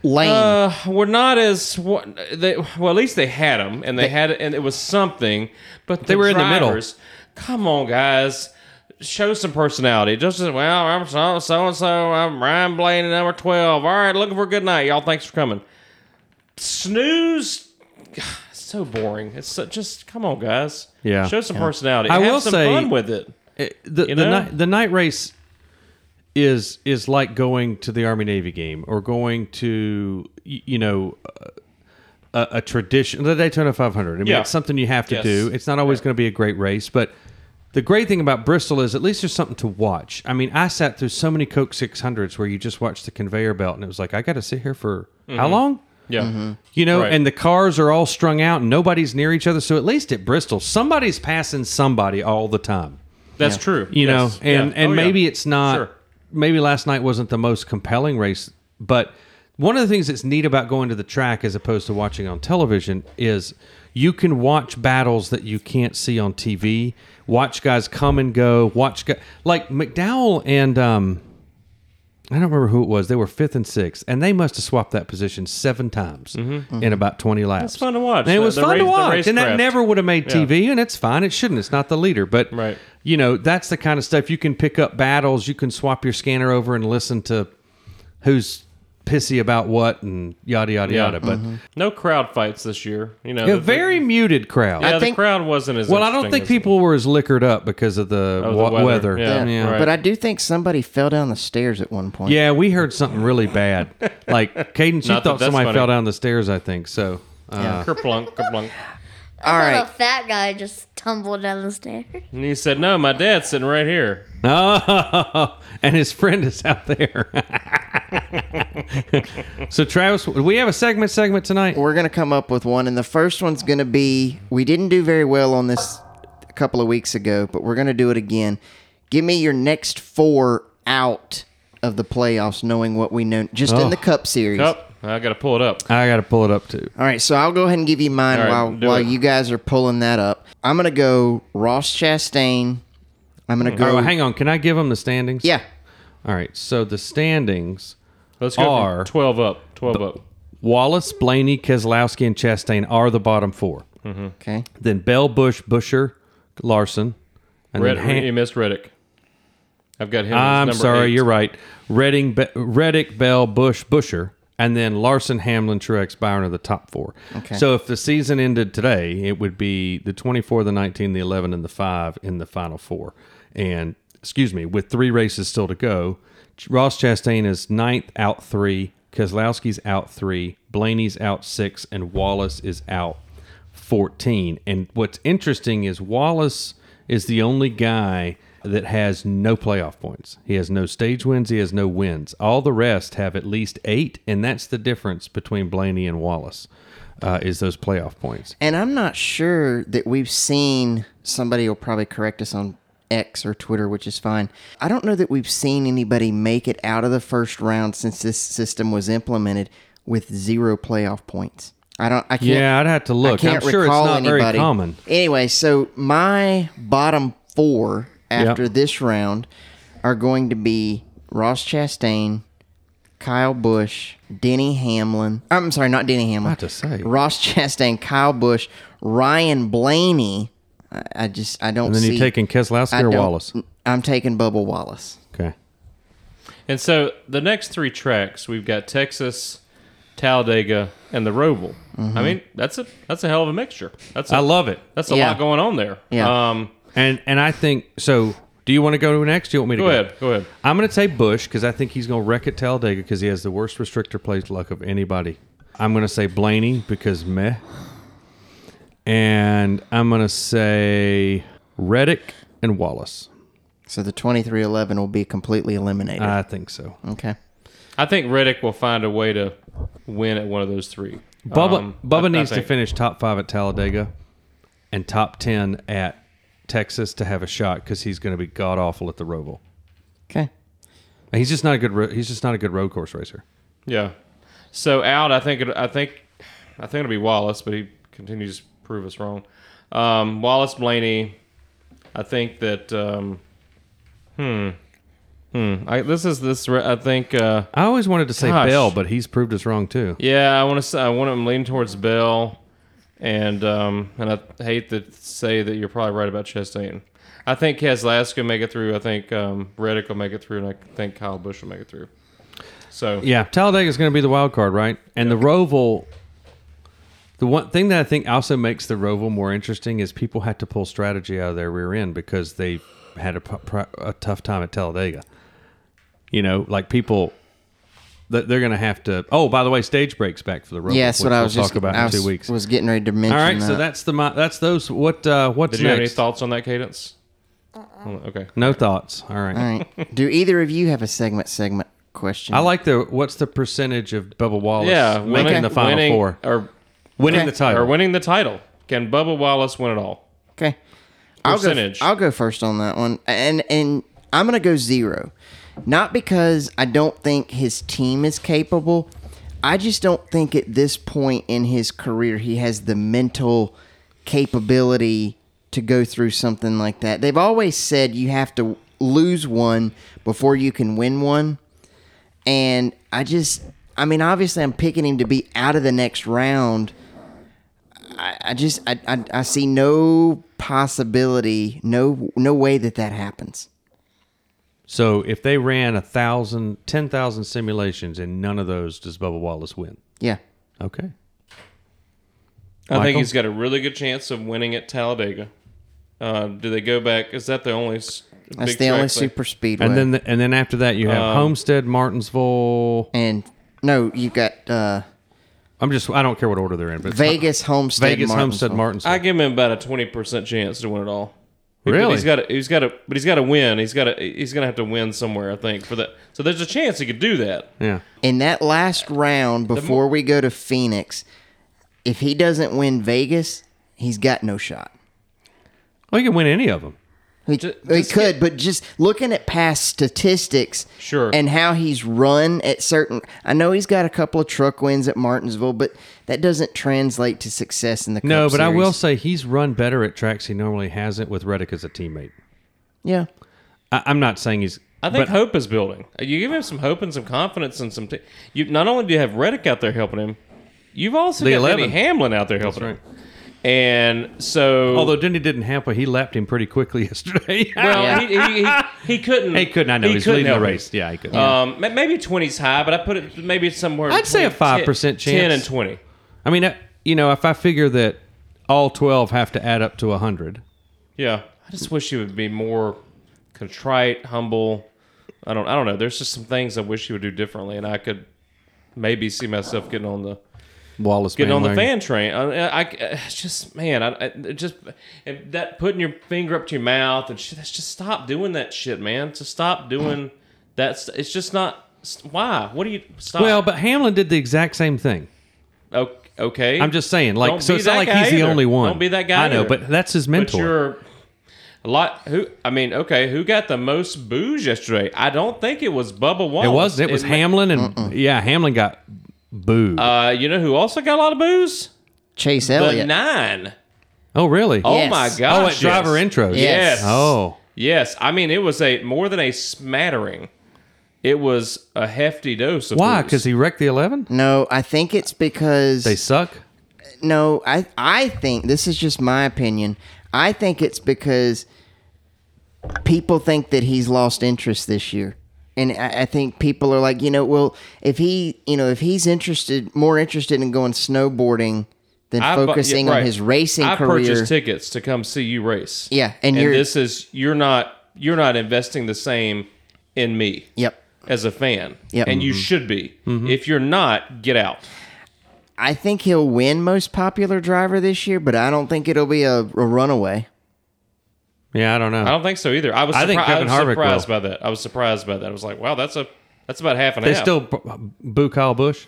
[SPEAKER 2] Lane.
[SPEAKER 3] uh, we're not as what they. Well, at least they had them, and they, had it, and it was something. But they
[SPEAKER 5] were in the middle.
[SPEAKER 3] Come on, guys, show some personality. Just as well, I'm so so and so. I'm Ryan Blaney, number twelve. All right, looking for a good night, y'all. Thanks for coming. Snooze. So boring. It's so, just come on, guys.
[SPEAKER 5] Yeah.
[SPEAKER 3] show some personality.
[SPEAKER 5] I
[SPEAKER 3] Have
[SPEAKER 5] will
[SPEAKER 3] some
[SPEAKER 5] say-
[SPEAKER 3] fun with it.
[SPEAKER 5] It- Eh, the,
[SPEAKER 3] You
[SPEAKER 5] the,
[SPEAKER 3] know?
[SPEAKER 5] night, the night race is is like going to the Army Navy game or going to y- you know a, a tradition the Daytona 500. I mean,
[SPEAKER 3] Yeah.
[SPEAKER 5] it's something you have to
[SPEAKER 3] Yes.
[SPEAKER 5] do. It's not always going to be a great race, but the great thing about Bristol is at least there's something to watch. I mean, I sat through so many Coke 600s where you just watched the conveyor belt and it was like I got to sit here for
[SPEAKER 3] Mm-hmm.
[SPEAKER 5] how long?
[SPEAKER 3] Yeah.
[SPEAKER 5] You know,
[SPEAKER 3] Right.
[SPEAKER 5] and the cars are all strung out and nobody's near each other. So at least at Bristol, somebody's passing somebody all the time
[SPEAKER 3] That's true.
[SPEAKER 5] you
[SPEAKER 3] Yes.
[SPEAKER 5] know and
[SPEAKER 3] Yeah.
[SPEAKER 5] and
[SPEAKER 3] Oh, yeah.
[SPEAKER 5] maybe it's not
[SPEAKER 3] Sure.
[SPEAKER 5] maybe last night wasn't the most compelling race but one of the things that's neat about going to the track as opposed to watching on television is you can watch battles that you can't see on TV watch guys come and go watch guys, like McDowell and um I don't remember who it was. They were fifth and sixth, and they must have swapped that position seven times in about twenty laps.
[SPEAKER 3] Mm-hmm. It's fun to watch.
[SPEAKER 5] And it
[SPEAKER 3] The-
[SPEAKER 5] was
[SPEAKER 3] the
[SPEAKER 5] fun
[SPEAKER 3] race-
[SPEAKER 5] to
[SPEAKER 3] the
[SPEAKER 5] watch, and that
[SPEAKER 3] racecraft.
[SPEAKER 5] never would have made
[SPEAKER 3] Yeah.
[SPEAKER 5] TV, and it's fine. It shouldn't. It's not the leader, but
[SPEAKER 3] Right.
[SPEAKER 5] you know that's the kind of stuff you can pick up battles. You can swap your scanner over and listen to who's pissy about what and yada yada
[SPEAKER 3] Yeah.
[SPEAKER 5] yada. But
[SPEAKER 3] No crowd fights this year. You know,
[SPEAKER 5] a
[SPEAKER 3] the-
[SPEAKER 5] very muted crowd.
[SPEAKER 3] Yeah, the
[SPEAKER 2] think-
[SPEAKER 3] crowd wasn't as.
[SPEAKER 5] well, I don't
[SPEAKER 3] interesting
[SPEAKER 5] think
[SPEAKER 3] as-
[SPEAKER 5] people were as liquored up because of the,
[SPEAKER 3] Of the
[SPEAKER 5] wa-
[SPEAKER 3] weather.
[SPEAKER 5] weather.
[SPEAKER 3] Yeah.
[SPEAKER 5] yeah.
[SPEAKER 3] right.
[SPEAKER 2] But I do think somebody fell down the stairs at one point.
[SPEAKER 5] Yeah, we heard something really bad. Like Caden, she
[SPEAKER 3] Not that
[SPEAKER 5] thought
[SPEAKER 3] that's
[SPEAKER 5] somebody
[SPEAKER 3] funny.
[SPEAKER 5] fell down the stairs. I think so. Uh,
[SPEAKER 3] Kerplunk, kerplunk.
[SPEAKER 2] All
[SPEAKER 4] I thought
[SPEAKER 2] right.
[SPEAKER 4] a fat guy just tumbled down the stairs.
[SPEAKER 3] And he said, "No, my dad's sitting right here."
[SPEAKER 5] and his friend is out there. so Travis, do we have a segment segment tonight.
[SPEAKER 2] We're going to come up with one. And the first one's going to be we didn't do very well on this a couple of weeks ago, but we're going to do it again. Give me your next four out of the playoffs, knowing what we know just
[SPEAKER 3] Oh.
[SPEAKER 2] in the Cup Series.
[SPEAKER 3] Up, I got to pull it up.
[SPEAKER 5] I got to pull it up too.
[SPEAKER 2] All right, so I'll go ahead and give you mine
[SPEAKER 3] All right,
[SPEAKER 2] while
[SPEAKER 3] do
[SPEAKER 2] while
[SPEAKER 3] it.
[SPEAKER 2] you guys are pulling that up. I'm gonna go Ross Chastain. I'm gonna go.
[SPEAKER 5] Well, Mm. Oh, hang on, can I give them the standings?
[SPEAKER 2] Yeah,
[SPEAKER 5] All right. So the standings:
[SPEAKER 3] Let's go
[SPEAKER 5] Are-
[SPEAKER 3] from twelve up. Twelve up.
[SPEAKER 5] Wallace, Blaney, Keselowski, and Chastain are the bottom 4
[SPEAKER 2] okay.
[SPEAKER 5] Then Bell, Bush, Busher, Larson, and
[SPEAKER 3] Red,
[SPEAKER 5] then Han-
[SPEAKER 3] you missed Reddick. I've got him. as
[SPEAKER 5] I'm
[SPEAKER 3] number
[SPEAKER 5] sorry,
[SPEAKER 3] eight.
[SPEAKER 5] you're right. Redding, Be- Reddick, Bell, Bush, Busher, and then Larson, Hamlin, Truex, Byron are the top four.
[SPEAKER 2] Okay.
[SPEAKER 5] So if the season ended today, it would be the 24, the 19, the 11, and the five in the final four. And excuse me, with three races still to go, Ch- Ross Chastain is ninth out three, Keselowski's out three, Blaney's out six, and Wallace is out 14. And what's interesting is Wallace is the only guy that has no playoff points. He has no stage wins, he has no wins. All the rest have at least eight, and that's the difference between Blaney and Wallace. Uh, is those playoff points?
[SPEAKER 2] And I'm not sure that we've seen somebody will probably correct us on X or Twitter, which is fine. I don't know that we've seen anybody make it out of the first round since this system was implemented with zero playoff points. I don't. I can't.
[SPEAKER 5] Yeah, I'd have to look.
[SPEAKER 2] I can't
[SPEAKER 5] I'm sure it's
[SPEAKER 2] recall
[SPEAKER 5] not
[SPEAKER 2] anybody.
[SPEAKER 5] very common.
[SPEAKER 2] Anyway, so my bottom four after
[SPEAKER 5] Yep.
[SPEAKER 2] this round are going to be Ross Chastain, Kyle Bush, Denny Hamlin. I'm sorry, not Denny Hamlin.
[SPEAKER 5] About to say.
[SPEAKER 2] Ross Chastain, Kyle Bush, Ryan Blaney. I, I just I don't.
[SPEAKER 5] And then
[SPEAKER 2] see,
[SPEAKER 5] you're taking
[SPEAKER 2] I
[SPEAKER 5] Keselowski or
[SPEAKER 2] don't- Mm.
[SPEAKER 5] Wallace?
[SPEAKER 2] I'm taking Bubba Wallace.
[SPEAKER 5] Okay.
[SPEAKER 3] And so the next three tracks, we've got Texas, Talladega, and the Roval. I mean, that's a that's a hell of a mixture. That's a,
[SPEAKER 5] Mm-hmm. I love it.
[SPEAKER 3] that's a
[SPEAKER 2] Yeah.
[SPEAKER 3] lot going on there.
[SPEAKER 2] Yeah.
[SPEAKER 3] Um,
[SPEAKER 5] And and I think so. Do you want to go next? Do you want me to
[SPEAKER 3] go
[SPEAKER 5] go
[SPEAKER 3] ahead. Go ahead.
[SPEAKER 5] I'm going to say Bush because I think he's going to wreck at Talladega because he has the worst restrictor plate luck of anybody. I'm going to say Blaney because meh. And I'm going to say Reddick and Wallace.
[SPEAKER 2] So the 2311 will be completely eliminated.
[SPEAKER 5] I think so.
[SPEAKER 2] okay.
[SPEAKER 3] I think Reddick will find a way to win at one of those three.
[SPEAKER 5] Bubba,
[SPEAKER 3] Um,
[SPEAKER 5] Bubba
[SPEAKER 3] I- I
[SPEAKER 5] needs to
[SPEAKER 3] think-
[SPEAKER 5] finish top five at Talladega and top 10 at Texas to have a shot because he's going to be god awful at the Roval.
[SPEAKER 2] Okay.
[SPEAKER 5] And He's just not a good. ro- He's just not a good road course racer.
[SPEAKER 3] Yeah. So out, I think it, I think I think it'll be Wallace, but he continues to prove us wrong. Um, Wallace Blaney. I think that. Um, hmm. Hmm. I, this is this. re- I think. Uh,
[SPEAKER 5] I always wanted to say
[SPEAKER 3] Gosh.
[SPEAKER 5] Bell, but he's proved us wrong too.
[SPEAKER 3] yeah, I want to. say I want him leaning towards Bell, and um, and I hate to say that you're probably right about Chastain. I think Keselowski will make it through. I think um, Reddick will make it through, and I think Kyle Busch will make it through. So
[SPEAKER 5] Yeah, Talladega is going to be the wild card, right? And the Roval. The one thing that I think also makes the Roval more interesting is people had to pull strategy out of their rear end because they had a, pu- pri- a tough time at Talladega. You know, like people that they're going to have to. Oh, by the way, stage breaks back for the Roval.
[SPEAKER 2] Yeah, that's what
[SPEAKER 5] which
[SPEAKER 2] I
[SPEAKER 5] we'll
[SPEAKER 2] was
[SPEAKER 5] talk
[SPEAKER 2] just
[SPEAKER 5] about
[SPEAKER 2] I
[SPEAKER 5] in
[SPEAKER 2] was,
[SPEAKER 5] two weeks.
[SPEAKER 2] was getting ready to mention.
[SPEAKER 5] All right, so
[SPEAKER 2] that.
[SPEAKER 5] that's the mi- that's those. What uh, what's
[SPEAKER 3] Did you have any
[SPEAKER 5] next?
[SPEAKER 3] thoughts on that cadence?
[SPEAKER 2] Uh-uh.
[SPEAKER 3] Oh, Okay.
[SPEAKER 5] no thoughts. All right.
[SPEAKER 2] All right. Do either of you have a segment segment question?
[SPEAKER 5] I like the what's the percentage of Bubba Wallace
[SPEAKER 3] Yeah,
[SPEAKER 5] making
[SPEAKER 3] winning
[SPEAKER 5] the final
[SPEAKER 3] winning-
[SPEAKER 5] four,
[SPEAKER 3] or
[SPEAKER 5] winning
[SPEAKER 2] Okay.
[SPEAKER 5] the title.
[SPEAKER 3] or winning the title. Can Bubba Wallace win it all?
[SPEAKER 2] Okay. I'll go,
[SPEAKER 3] Percentage.
[SPEAKER 2] I'll go first on that one. And and I'm going to go 0. Not because I don't think his team is capable. I just don't think at this point in his career he has the mental capability to go through something like that. They've always said you have to lose one before you can win one. And I just, I mean, obviously, I'm picking him to be out of the next round. I, I just, I, I, I see no possibility, no, no way that that happens.
[SPEAKER 5] So if they ran a thousand, ten thousand simulations and none of those does Bubba Wallace win?
[SPEAKER 2] Yeah.
[SPEAKER 5] Okay.
[SPEAKER 3] I think
[SPEAKER 5] Michael?
[SPEAKER 3] he's got a really good chance of winning at Talladega. Uh, do they go back? Is that the only? s-
[SPEAKER 2] That's
[SPEAKER 3] big
[SPEAKER 2] the only
[SPEAKER 3] track they-
[SPEAKER 2] super speedway.
[SPEAKER 5] And then the, and then after that you have
[SPEAKER 3] Um,
[SPEAKER 5] Homestead, Martinsville.
[SPEAKER 2] and no, you got uh,
[SPEAKER 5] I'm just I don't care what order they're in, but it's-
[SPEAKER 2] Vegas, Homestead,
[SPEAKER 5] Vegas, Homestead,
[SPEAKER 2] Martinsville.
[SPEAKER 5] Martinsville.
[SPEAKER 3] I give him about a twenty percent chance to win it all. He- but
[SPEAKER 5] Really?
[SPEAKER 3] He's got. To, he's got to. But he's got to win. He's got to. He's gonna have to win somewhere. I think for that. So there's a chance he could do that.
[SPEAKER 5] yeah.
[SPEAKER 2] In that last round, before we go to Phoenix, if he doesn't win Vegas, he's got no shot.
[SPEAKER 5] Well, you can win any of them.
[SPEAKER 2] He,
[SPEAKER 3] Ju-
[SPEAKER 2] he
[SPEAKER 3] just
[SPEAKER 2] could, but just looking at past statistics,
[SPEAKER 3] Sure.
[SPEAKER 2] and how he's run at certain. I know he's got a couple of truck wins at Martinsville, but that doesn't translate to success in the.
[SPEAKER 5] No,
[SPEAKER 2] Cup
[SPEAKER 5] but I will
[SPEAKER 2] Series.
[SPEAKER 5] say he's run better at tracks he normally hasn't with Reddick as a teammate.
[SPEAKER 2] Yeah,
[SPEAKER 5] I, I'm not saying he's.
[SPEAKER 3] I think
[SPEAKER 5] but-
[SPEAKER 3] hope is building. You give him some hope and some confidence and some. T- you not only do you have Reddick out there helping him, you've also
[SPEAKER 5] The
[SPEAKER 3] got Denny
[SPEAKER 5] 11.
[SPEAKER 3] Hamlin out there helping
[SPEAKER 5] right.
[SPEAKER 3] him. And so,
[SPEAKER 5] Although Denny didn't hamper, he lapped him pretty quickly yesterday.
[SPEAKER 3] well, he, he, he, he couldn't.
[SPEAKER 5] he couldn't. I know
[SPEAKER 3] he
[SPEAKER 5] he's
[SPEAKER 3] couldn't
[SPEAKER 5] leading the
[SPEAKER 3] help him.
[SPEAKER 5] race. Yeah, he could.
[SPEAKER 3] Um, ma- maybe 20's high, but I put it maybe somewhere.
[SPEAKER 5] I'd say a
[SPEAKER 3] between 10
[SPEAKER 5] 5% chance.
[SPEAKER 3] Ten and twenty.
[SPEAKER 5] I mean, uh, you know, if I figure that all twelve have to add up to hundred,
[SPEAKER 3] Yeah, I just wish he would be more contrite, humble. I don't. I don't know. There's just some things I wish he would do differently, and I could maybe see myself getting on the
[SPEAKER 5] Wallace
[SPEAKER 3] getting on the
[SPEAKER 5] bandwagon.
[SPEAKER 3] fan train. I, I, I it's just man, I, I it just and that putting your finger up to your mouth and shit. That's just stop doing that shit, man. Just stop doing that. st- It's just not. Why? What do you stop?
[SPEAKER 5] Well, but Hamlin did the exact same thing.
[SPEAKER 3] O- okay.
[SPEAKER 5] I'm just saying, like,
[SPEAKER 3] Don't
[SPEAKER 5] so
[SPEAKER 3] be
[SPEAKER 5] it's not
[SPEAKER 3] that
[SPEAKER 5] like
[SPEAKER 3] guy
[SPEAKER 5] he's the
[SPEAKER 3] either.
[SPEAKER 5] only one.
[SPEAKER 3] Don't be that guy
[SPEAKER 5] I know,
[SPEAKER 3] either.
[SPEAKER 5] but that's his
[SPEAKER 3] But
[SPEAKER 5] mentor.
[SPEAKER 3] you're a lot. Who? I mean, okay. Who got the most booze yesterday? I don't think it was Bubba Wallace.
[SPEAKER 5] It was it was
[SPEAKER 3] ma-
[SPEAKER 5] Hamlin and yeah, Hamlin got booed.
[SPEAKER 3] Uh, you know who also got a lot of booze?
[SPEAKER 2] Chase
[SPEAKER 3] The
[SPEAKER 2] Elliott.
[SPEAKER 3] nine.
[SPEAKER 5] oh really?
[SPEAKER 3] Oh
[SPEAKER 2] Yes.
[SPEAKER 3] my
[SPEAKER 2] Oh,
[SPEAKER 3] gosh!
[SPEAKER 5] oh, at driver
[SPEAKER 3] yes.
[SPEAKER 5] intro.
[SPEAKER 2] Yes.
[SPEAKER 3] Yes.
[SPEAKER 5] Oh,
[SPEAKER 3] Yes, I mean it was a more than a smattering. It was a hefty dose of
[SPEAKER 5] why?
[SPEAKER 3] booze.
[SPEAKER 5] Because he wrecked the eleven.
[SPEAKER 2] no, I think it's because
[SPEAKER 5] They suck.
[SPEAKER 2] no, I I think this is just my opinion. I think it's because people think that he's lost interest this year. And I, I think people are like, you know, well, if he, you know, if he's interested, more interested in going snowboarding than
[SPEAKER 3] I bu-
[SPEAKER 2] focusing
[SPEAKER 3] yeah, right.
[SPEAKER 2] on his racing
[SPEAKER 3] I
[SPEAKER 2] career.
[SPEAKER 3] purchased tickets to come see you race.
[SPEAKER 2] Yeah, and you're-
[SPEAKER 3] this is you're not you're not investing the same in me.
[SPEAKER 2] Yep.
[SPEAKER 3] As a fan.
[SPEAKER 2] Yep.
[SPEAKER 3] And you
[SPEAKER 5] Mm-hmm.
[SPEAKER 3] should be. If you're not, get out.
[SPEAKER 2] I think he'll win most popular driver this year, but I don't think it'll be a, a runaway.
[SPEAKER 5] Yeah, I don't know.
[SPEAKER 3] I don't think so either. I was
[SPEAKER 5] I
[SPEAKER 3] surprised,
[SPEAKER 5] think Kevin
[SPEAKER 3] I was
[SPEAKER 5] Harvick
[SPEAKER 3] surprised by that. I was surprised by that. I was like, wow, that's a that's about half an
[SPEAKER 5] they
[SPEAKER 3] half.
[SPEAKER 5] still b- boo Kyle Bush.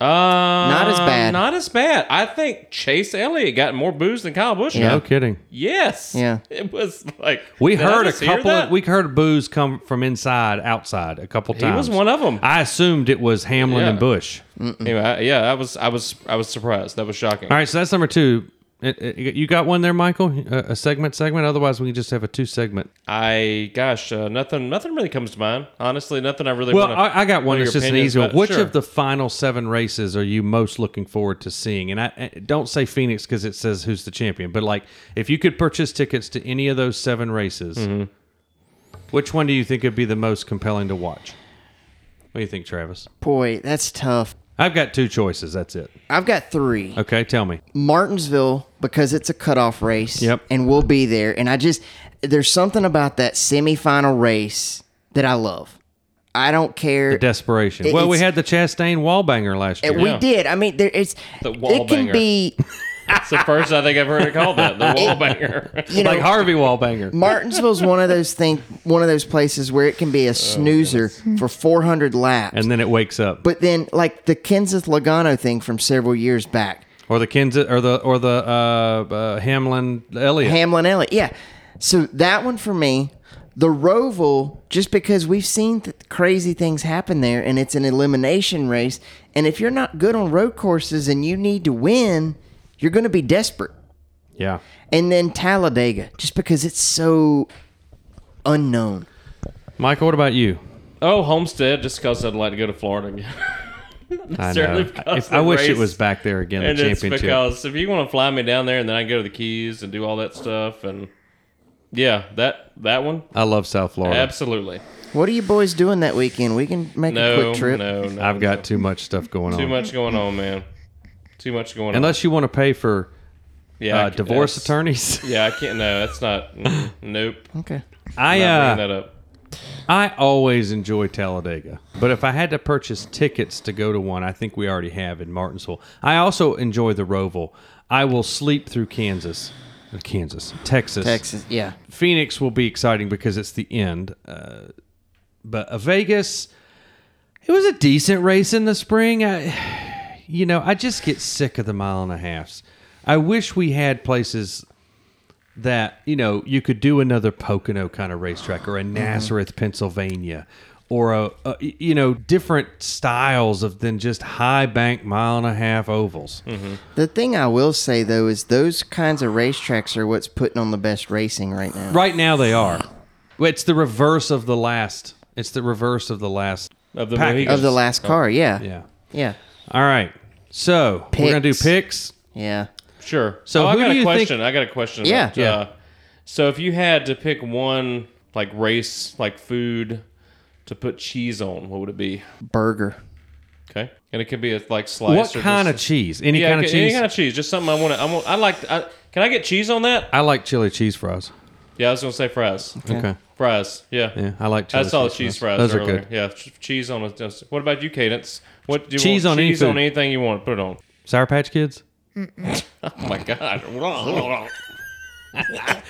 [SPEAKER 3] uh, not
[SPEAKER 2] as bad.
[SPEAKER 3] Not as bad. I think Chase Elliott got more booze than Kyle Busch.
[SPEAKER 2] Yeah.
[SPEAKER 5] No kidding.
[SPEAKER 3] Yes.
[SPEAKER 2] Yeah.
[SPEAKER 3] It was like
[SPEAKER 5] We
[SPEAKER 3] did I
[SPEAKER 5] heard a
[SPEAKER 3] just hear
[SPEAKER 5] couple.
[SPEAKER 3] that?
[SPEAKER 5] Of, we heard boos come from inside, outside a couple
[SPEAKER 3] he
[SPEAKER 5] times.
[SPEAKER 3] was one of them.
[SPEAKER 5] I assumed it was Hamlin
[SPEAKER 3] Yeah.
[SPEAKER 5] and Bush.
[SPEAKER 3] anyway, I, yeah, I was I was I was surprised. That was shocking.
[SPEAKER 5] All right, so that's number two. It- it- you got one there, Michael? A, a segment segment? Otherwise, we can just have a two segment.
[SPEAKER 3] I gosh, uh, nothing nothing really comes to mind. Honestly, nothing I really
[SPEAKER 5] Well,
[SPEAKER 3] wanna-
[SPEAKER 5] I, I got one
[SPEAKER 3] your
[SPEAKER 5] that's just an
[SPEAKER 3] opinions
[SPEAKER 5] easy one.
[SPEAKER 3] about-
[SPEAKER 5] Which
[SPEAKER 3] sure.
[SPEAKER 5] of the final seven races are you most looking forward to seeing? And I, I don't say Phoenix because it says who's the champion, but like if you could purchase tickets to any of those seven races,
[SPEAKER 3] Mm-hmm.
[SPEAKER 5] which one do you think would be the most compelling to watch? What do you think, Travis?
[SPEAKER 2] Boy, that's tough.
[SPEAKER 5] I've got two choices. That's it.
[SPEAKER 2] I've got three.
[SPEAKER 5] Okay, tell me.
[SPEAKER 2] Martinsville because it's a cutoff race.
[SPEAKER 5] Yep.
[SPEAKER 2] And we'll be there. And I just there's something about that semifinal race that I love. I don't care.
[SPEAKER 5] The desperation.
[SPEAKER 2] It-
[SPEAKER 5] well, we
[SPEAKER 2] it's-
[SPEAKER 5] had the Chastain wall banger last year.
[SPEAKER 2] And We did. I mean, there it's
[SPEAKER 3] The wall
[SPEAKER 2] it can
[SPEAKER 3] banger.
[SPEAKER 2] be
[SPEAKER 3] It's the first I think I've heard it called that. The
[SPEAKER 5] Oh,
[SPEAKER 3] wall banger.
[SPEAKER 2] you know
[SPEAKER 5] like Harvey wall banger.
[SPEAKER 2] Martinsville's one of those thing one of those places where it can be a snoozer for 400 laps.
[SPEAKER 5] and then it wakes up.
[SPEAKER 2] but then like the Kenseth Logano thing from several years back.
[SPEAKER 5] or the Kansas, or the or the uh, uh, Hamlin Elliott.
[SPEAKER 2] Hamlin Elliott. Yeah. So that one for me, the Roval, just because we've seen th- crazy things happen there and it's an elimination race. And if you're not good on road courses and you need to win, you're going to be desperate.
[SPEAKER 5] yeah.
[SPEAKER 2] And then Talladega, just because it's so unknown.
[SPEAKER 5] Michael, what about you?
[SPEAKER 3] Oh, Homestead, just because I'd like to go to Florida again.
[SPEAKER 5] I
[SPEAKER 3] Certainly
[SPEAKER 5] know.
[SPEAKER 3] because
[SPEAKER 5] If- I
[SPEAKER 3] the
[SPEAKER 5] wish it
[SPEAKER 3] race-
[SPEAKER 5] was back there again.
[SPEAKER 3] and
[SPEAKER 5] the
[SPEAKER 3] it's
[SPEAKER 5] championship.
[SPEAKER 3] because if you want to fly me down there, and then I go to the Keys and do all that stuff, and yeah, that that one
[SPEAKER 5] I love South Florida.
[SPEAKER 3] absolutely.
[SPEAKER 2] What are you boys doing that weekend? We can make a
[SPEAKER 3] No,
[SPEAKER 2] quick trip.
[SPEAKER 3] no, no.
[SPEAKER 5] I've got too much stuff going
[SPEAKER 3] too
[SPEAKER 5] on.
[SPEAKER 3] much going on, man. Too much going on.
[SPEAKER 5] Unless you want to pay for
[SPEAKER 3] yeah,
[SPEAKER 5] uh,
[SPEAKER 3] I c-
[SPEAKER 5] divorce
[SPEAKER 3] that's-
[SPEAKER 5] attorneys.
[SPEAKER 3] Yeah, I can't. No, that's not. mm, nope.
[SPEAKER 2] Okay.
[SPEAKER 5] I
[SPEAKER 3] Not
[SPEAKER 5] uh,
[SPEAKER 3] bringing that up.
[SPEAKER 5] I always enjoy Talladega, but if I had to purchase tickets to go to one, I think we already have in Martinsville. I also enjoy the Roval. I will sleep through Kansas, Kansas, Texas,
[SPEAKER 2] Texas. Yeah.
[SPEAKER 5] Phoenix will be exciting because it's the end. Uh, but uh, Vegas, it was a decent race in the spring. I, you know, I just get sick of the mile and a halfs. I wish we had places that you know you could do another Pocono kind of racetrack or a Nazareth, Pennsylvania, or a, a you know different styles of than just high bank mile and a half ovals.
[SPEAKER 2] The thing I will say though is those kinds of racetracks are what's putting on the best racing right now.
[SPEAKER 5] Right now they are. It's the reverse of the last. It's the reverse of the last
[SPEAKER 3] Of the
[SPEAKER 5] package.
[SPEAKER 3] Mohegan
[SPEAKER 2] Of the last car, yeah.
[SPEAKER 5] Yeah.
[SPEAKER 2] Yeah.
[SPEAKER 5] All right. So we're gonna do
[SPEAKER 2] Picks.
[SPEAKER 5] picks.
[SPEAKER 2] Yeah.
[SPEAKER 3] Sure.
[SPEAKER 5] So
[SPEAKER 3] So I
[SPEAKER 5] who
[SPEAKER 3] got
[SPEAKER 5] do
[SPEAKER 3] a
[SPEAKER 5] you think-
[SPEAKER 3] question. I got a question.
[SPEAKER 2] Yeah.
[SPEAKER 3] about,
[SPEAKER 5] Yeah.
[SPEAKER 3] uh, so if you had to pick one like race, like food to put cheese on, what would it be?
[SPEAKER 2] Burger.
[SPEAKER 3] Okay, and it could be a like slice.
[SPEAKER 5] what
[SPEAKER 3] or
[SPEAKER 5] kind
[SPEAKER 3] just,
[SPEAKER 5] of cheese? Any
[SPEAKER 3] Yeah,
[SPEAKER 5] kind of
[SPEAKER 3] okay, any
[SPEAKER 5] cheese?
[SPEAKER 3] kind of cheese. Just something I want to. I, want, I like. I, can I get cheese on that?
[SPEAKER 5] I like chili cheese fries.
[SPEAKER 3] Yeah, I was gonna say fries.
[SPEAKER 5] Okay.
[SPEAKER 3] Fries. Yeah.
[SPEAKER 5] Yeah, I like
[SPEAKER 3] I
[SPEAKER 5] chili.
[SPEAKER 3] saw the cheese fries.
[SPEAKER 5] Those
[SPEAKER 3] earlier.
[SPEAKER 5] are good.
[SPEAKER 3] Yeah, ch- cheese on a. just- What about you, Cadence? What do you
[SPEAKER 5] Cheese
[SPEAKER 3] want?
[SPEAKER 5] on any
[SPEAKER 3] cheese
[SPEAKER 5] food.
[SPEAKER 3] on anything you want? Put it on.
[SPEAKER 5] Sour Patch Kids,
[SPEAKER 3] Oh my God!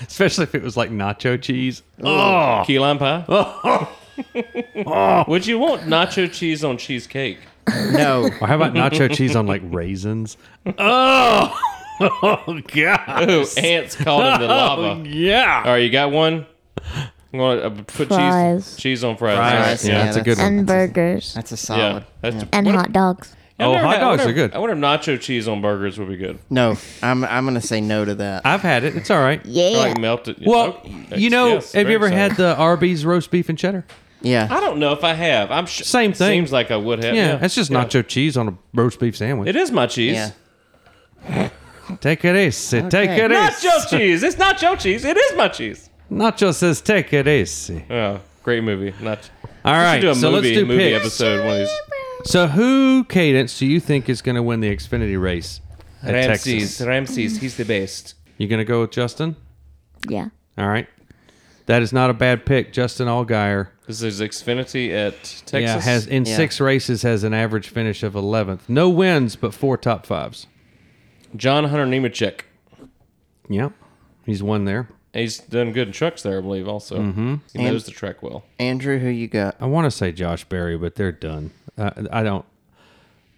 [SPEAKER 5] especially if it was like nacho cheese. Oh.
[SPEAKER 3] Key lime pie. Would you want nacho cheese on cheesecake?
[SPEAKER 2] No.
[SPEAKER 5] Or how about nacho cheese on like raisins? Oh, oh god.
[SPEAKER 3] Ooh, ants caught in the lava.
[SPEAKER 5] Oh, Yeah.
[SPEAKER 3] All right, you got one. I'm gonna uh, put cheese
[SPEAKER 4] Fries.
[SPEAKER 3] cheese on fries.
[SPEAKER 2] Fries.
[SPEAKER 5] Yeah,
[SPEAKER 2] Yeah,
[SPEAKER 5] that's a good one.
[SPEAKER 4] and burgers
[SPEAKER 2] That's a
[SPEAKER 3] All right. Yeah,
[SPEAKER 2] solid.
[SPEAKER 3] that's
[SPEAKER 4] and hot dogs.
[SPEAKER 3] I
[SPEAKER 5] Oh,
[SPEAKER 3] wonder
[SPEAKER 5] hot
[SPEAKER 3] if- I
[SPEAKER 5] dogs
[SPEAKER 3] wonder
[SPEAKER 5] are
[SPEAKER 3] if-
[SPEAKER 5] good.
[SPEAKER 3] I wonder if nacho cheese on burgers would be good.
[SPEAKER 2] No. I'm I'm gonna say no to that.
[SPEAKER 5] I've had it. It's all right.
[SPEAKER 4] Yeah.
[SPEAKER 3] Or like melted.
[SPEAKER 5] Well,
[SPEAKER 3] oh,
[SPEAKER 5] you know,
[SPEAKER 3] yes,
[SPEAKER 5] have
[SPEAKER 3] very
[SPEAKER 5] you ever
[SPEAKER 3] exciting.
[SPEAKER 5] had the Arby's roast beef and cheddar?
[SPEAKER 2] yeah.
[SPEAKER 3] I don't know if I have. I'm sh-
[SPEAKER 5] Same thing.
[SPEAKER 3] Seems like I would have.
[SPEAKER 5] Yeah, that's just nacho cheese on a roast beef sandwich.
[SPEAKER 3] It is my cheese.
[SPEAKER 2] yeah.
[SPEAKER 5] Take it easy. Take
[SPEAKER 2] Okay.
[SPEAKER 5] it easy.
[SPEAKER 3] Nacho cheese. It's nacho cheese. It is my cheese.
[SPEAKER 5] Nacho says take it easy.
[SPEAKER 3] Yeah, great movie. Not.
[SPEAKER 5] All right,
[SPEAKER 3] do a
[SPEAKER 5] so
[SPEAKER 3] movie,
[SPEAKER 5] let's do
[SPEAKER 3] movie
[SPEAKER 5] picks.
[SPEAKER 3] episode. One of these.
[SPEAKER 5] So who cadence do you think is going to win the Xfinity race at Texas?
[SPEAKER 3] Ramses, he's the best.
[SPEAKER 5] You going to go with Justin?
[SPEAKER 4] yeah.
[SPEAKER 5] All right. That is not a bad pick. Justin Allgaier
[SPEAKER 3] This is Xfinity at Texas.
[SPEAKER 5] yeah, has in
[SPEAKER 2] Yeah.
[SPEAKER 5] six races has an average finish of 11th. No wins, but four top fives.
[SPEAKER 3] John Hunter Nemechek.
[SPEAKER 5] Yep. He's won there.
[SPEAKER 3] He's done good in trucks there, I believe. Also,
[SPEAKER 5] Mm-hmm.
[SPEAKER 3] he knows the track well.
[SPEAKER 2] Andrew, who you got?
[SPEAKER 5] I want to say Josh Berry, but they're done. Uh, I don't.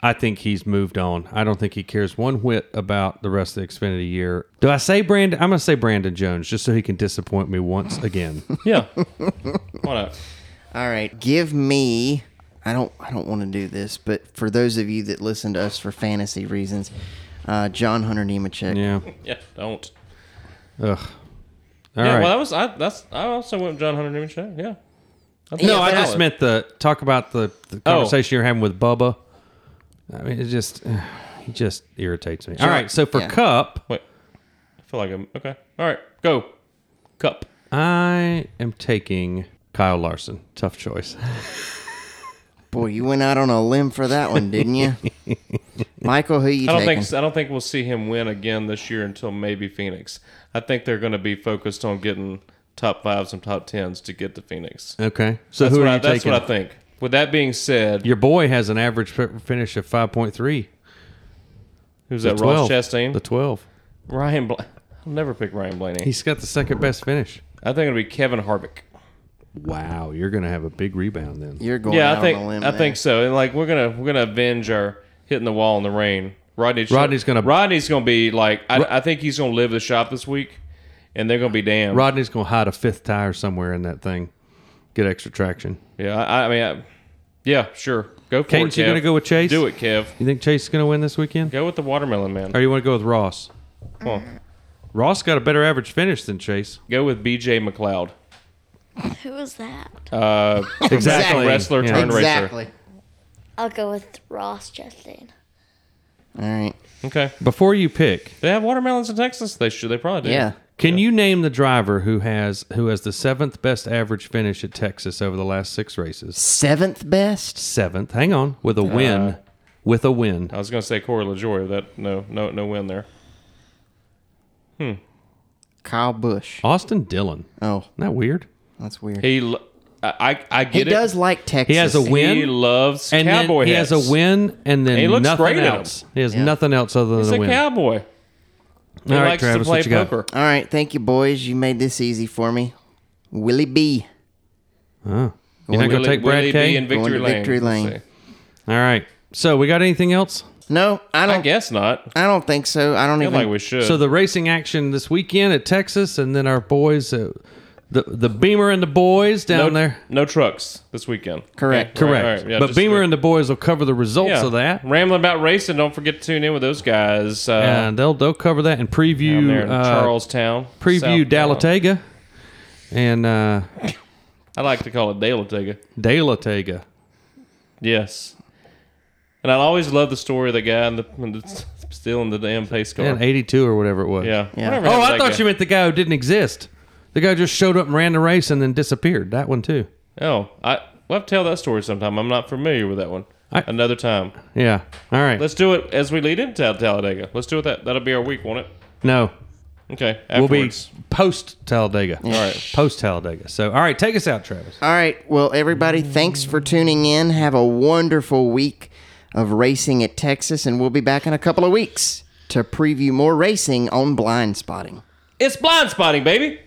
[SPEAKER 5] I think he's moved on. I don't think he cares one whit about the rest of the Xfinity year. Do I say Brandon? I'm going to say Brandon Jones just so he can disappoint me once again.
[SPEAKER 3] Yeah. Why not?
[SPEAKER 2] All right, give me. I don't. I don't want to do this, but for those of you that listen to us for fantasy reasons, uh, John Hunter Nemechek.
[SPEAKER 5] yeah.
[SPEAKER 3] Yeah, don't.
[SPEAKER 5] Ugh. All
[SPEAKER 3] yeah,
[SPEAKER 5] right.
[SPEAKER 3] well, that was I. That's I also went with John Hunter Nemechek. Yeah. I think
[SPEAKER 5] no,
[SPEAKER 3] that's
[SPEAKER 5] I just
[SPEAKER 3] valid.
[SPEAKER 5] meant the talk about the, the
[SPEAKER 3] Oh.
[SPEAKER 5] conversation you're having with Bubba. I mean, it just he just irritates me. All
[SPEAKER 2] Sure.
[SPEAKER 5] right, so for
[SPEAKER 2] Yeah.
[SPEAKER 5] Cup,
[SPEAKER 3] Wait, I feel like I'm okay. All right, go. Cup.
[SPEAKER 5] I am taking Kyle Larson. Tough choice.
[SPEAKER 2] Boy, you went out on a limb for that one, didn't you? Michael, who you
[SPEAKER 3] I don't
[SPEAKER 2] taking?
[SPEAKER 3] think I don't think we'll see him win again this year until maybe Phoenix. I think they're going to be focused on getting top fives and top tens to get to Phoenix.
[SPEAKER 5] Okay, so
[SPEAKER 3] that's
[SPEAKER 5] who
[SPEAKER 3] what
[SPEAKER 5] are
[SPEAKER 3] I,
[SPEAKER 5] you
[SPEAKER 3] that's
[SPEAKER 5] taking?
[SPEAKER 3] what I think. With that being said,
[SPEAKER 5] Your boy has an average fi- finish of five point three.
[SPEAKER 3] who's that? Ross Chastain.
[SPEAKER 5] The twelve.
[SPEAKER 3] Ryan. Bla- I'll never pick Ryan Blaney.
[SPEAKER 5] He's got the second best finish.
[SPEAKER 3] I think it'll be Kevin Harvick.
[SPEAKER 5] Wow, you're gonna have a big rebound then.
[SPEAKER 2] You're going
[SPEAKER 3] yeah,
[SPEAKER 2] out
[SPEAKER 3] I think
[SPEAKER 2] on a
[SPEAKER 3] I
[SPEAKER 2] limb. there.
[SPEAKER 3] think so. And like we're gonna we're gonna avenge our hitting the wall in the rain. Rodney
[SPEAKER 5] Rodney's gonna-
[SPEAKER 3] Rodney's gonna be like I, I think he's gonna live the shop this week, and they're gonna be damned.
[SPEAKER 5] Rodney's gonna hide a fifth tire somewhere in that thing. Get extra traction.
[SPEAKER 3] Yeah, I, I mean, I, yeah, sure, go for
[SPEAKER 5] Cadence,
[SPEAKER 3] it.
[SPEAKER 5] you
[SPEAKER 3] Kev.
[SPEAKER 5] gonna go with Chase?
[SPEAKER 3] Do it, Kev.
[SPEAKER 5] You think Chase is gonna win this weekend?
[SPEAKER 3] Go with the watermelon man.
[SPEAKER 5] Or you want to go with Ross?
[SPEAKER 3] Come on.
[SPEAKER 5] Ross got a better average finish than Chase.
[SPEAKER 3] Go with B.J. McLeod.
[SPEAKER 4] Who was that?
[SPEAKER 3] Uh,
[SPEAKER 5] Exactly.
[SPEAKER 3] Wrestler
[SPEAKER 5] Yeah.
[SPEAKER 3] turned
[SPEAKER 2] exactly.
[SPEAKER 4] I'll go with Ross Chastain.
[SPEAKER 2] All right.
[SPEAKER 3] okay.
[SPEAKER 5] Before you pick,
[SPEAKER 3] They have watermelons in Texas. They should. They probably do.
[SPEAKER 2] Yeah.
[SPEAKER 5] can you name the driver who has who has the seventh best average finish at Texas over the last six races?
[SPEAKER 2] Seventh best.
[SPEAKER 5] Seventh. Hang on, with a win,
[SPEAKER 3] Uh,
[SPEAKER 5] with a win.
[SPEAKER 3] I was gonna say Corey LaJoy. That no, no, no win there.
[SPEAKER 2] Kyle Bush.
[SPEAKER 5] Austin Dillon.
[SPEAKER 2] Oh,
[SPEAKER 5] Isn't that weird?
[SPEAKER 2] that's weird. He,
[SPEAKER 3] He, l- I, I- I get it.
[SPEAKER 2] does like Texas.
[SPEAKER 5] He has a win.
[SPEAKER 3] He loves
[SPEAKER 5] and then
[SPEAKER 3] cowboy
[SPEAKER 5] he
[SPEAKER 3] hats.
[SPEAKER 5] has a win, and then
[SPEAKER 3] He looks
[SPEAKER 5] nothing
[SPEAKER 3] great in 'em.
[SPEAKER 5] else. He has
[SPEAKER 2] Yeah.
[SPEAKER 5] nothing else other than
[SPEAKER 3] He's
[SPEAKER 5] a
[SPEAKER 3] a
[SPEAKER 5] win.
[SPEAKER 3] cowboy. He
[SPEAKER 5] All right,
[SPEAKER 3] likes
[SPEAKER 5] Travis,
[SPEAKER 3] to play
[SPEAKER 5] what you got?
[SPEAKER 3] poker.
[SPEAKER 2] All right. Thank you, boys. You made this easy for me. Willie B.
[SPEAKER 5] Oh. You're not going
[SPEAKER 3] Will
[SPEAKER 5] to
[SPEAKER 3] he-
[SPEAKER 5] take
[SPEAKER 3] will he
[SPEAKER 5] Brad
[SPEAKER 3] be
[SPEAKER 5] K?
[SPEAKER 3] in
[SPEAKER 2] Going
[SPEAKER 3] victory
[SPEAKER 2] to
[SPEAKER 3] lane.
[SPEAKER 2] victory
[SPEAKER 3] Let's
[SPEAKER 2] lane.
[SPEAKER 3] see.
[SPEAKER 5] All right. So we got anything else?
[SPEAKER 2] No, I
[SPEAKER 3] I
[SPEAKER 2] don't. I,
[SPEAKER 3] guess not.
[SPEAKER 2] don't think so. I don't
[SPEAKER 3] I feel
[SPEAKER 2] even.
[SPEAKER 3] like we should.
[SPEAKER 5] So the racing action this weekend at Texas, and then our boys, uh, the the Beamer and the boys
[SPEAKER 3] no,
[SPEAKER 5] down there.
[SPEAKER 3] no trucks this weekend.
[SPEAKER 2] Correct.
[SPEAKER 3] Okay, all right,
[SPEAKER 5] Correct.
[SPEAKER 3] all right. Yeah,
[SPEAKER 5] but
[SPEAKER 3] just-
[SPEAKER 5] Beamer and the boys will cover the results
[SPEAKER 3] yeah.
[SPEAKER 5] of that.
[SPEAKER 3] Rambling about racing. Don't forget to tune in with those guys. Uh,
[SPEAKER 5] and they'll they'll cover that and
[SPEAKER 3] down there
[SPEAKER 5] preview
[SPEAKER 3] in
[SPEAKER 5] uh,
[SPEAKER 3] Charlestown.
[SPEAKER 5] preview
[SPEAKER 3] South Carolina.
[SPEAKER 5] Dalatega and uh,
[SPEAKER 3] I like to call it Dalatega.
[SPEAKER 5] Dalatega.
[SPEAKER 3] Yes. And I always love the story of the guy in the, in the stealing the damn pace car.
[SPEAKER 5] And 82 or whatever it was.
[SPEAKER 3] yeah.
[SPEAKER 2] Yeah.
[SPEAKER 3] Whatever
[SPEAKER 5] Oh,
[SPEAKER 3] happened to
[SPEAKER 5] I
[SPEAKER 3] that
[SPEAKER 5] thought
[SPEAKER 3] guy?
[SPEAKER 5] you meant the guy who didn't exist. The guy who just showed up and ran the race and then disappeared. That one too.
[SPEAKER 3] Oh, I we'll have to tell that story sometime. I'm not familiar with that one.
[SPEAKER 5] I-
[SPEAKER 3] Another time.
[SPEAKER 5] Yeah. All right.
[SPEAKER 3] Let's do it as we lead into Tal- Talladega. Let's do it. That that'll be our week, won't it?
[SPEAKER 5] no.
[SPEAKER 3] Okay.
[SPEAKER 5] We'll be
[SPEAKER 3] Afterwards.
[SPEAKER 5] post Talladega. All
[SPEAKER 3] right.
[SPEAKER 5] Post Talladega. So, all right, take us out, Travis.
[SPEAKER 2] All right. Well, everybody, thanks for tuning in. Have a wonderful week of racing at Texas, and we'll be back in a couple of weeks to preview more racing on Blind Spotting.
[SPEAKER 3] It's blind spotting, baby.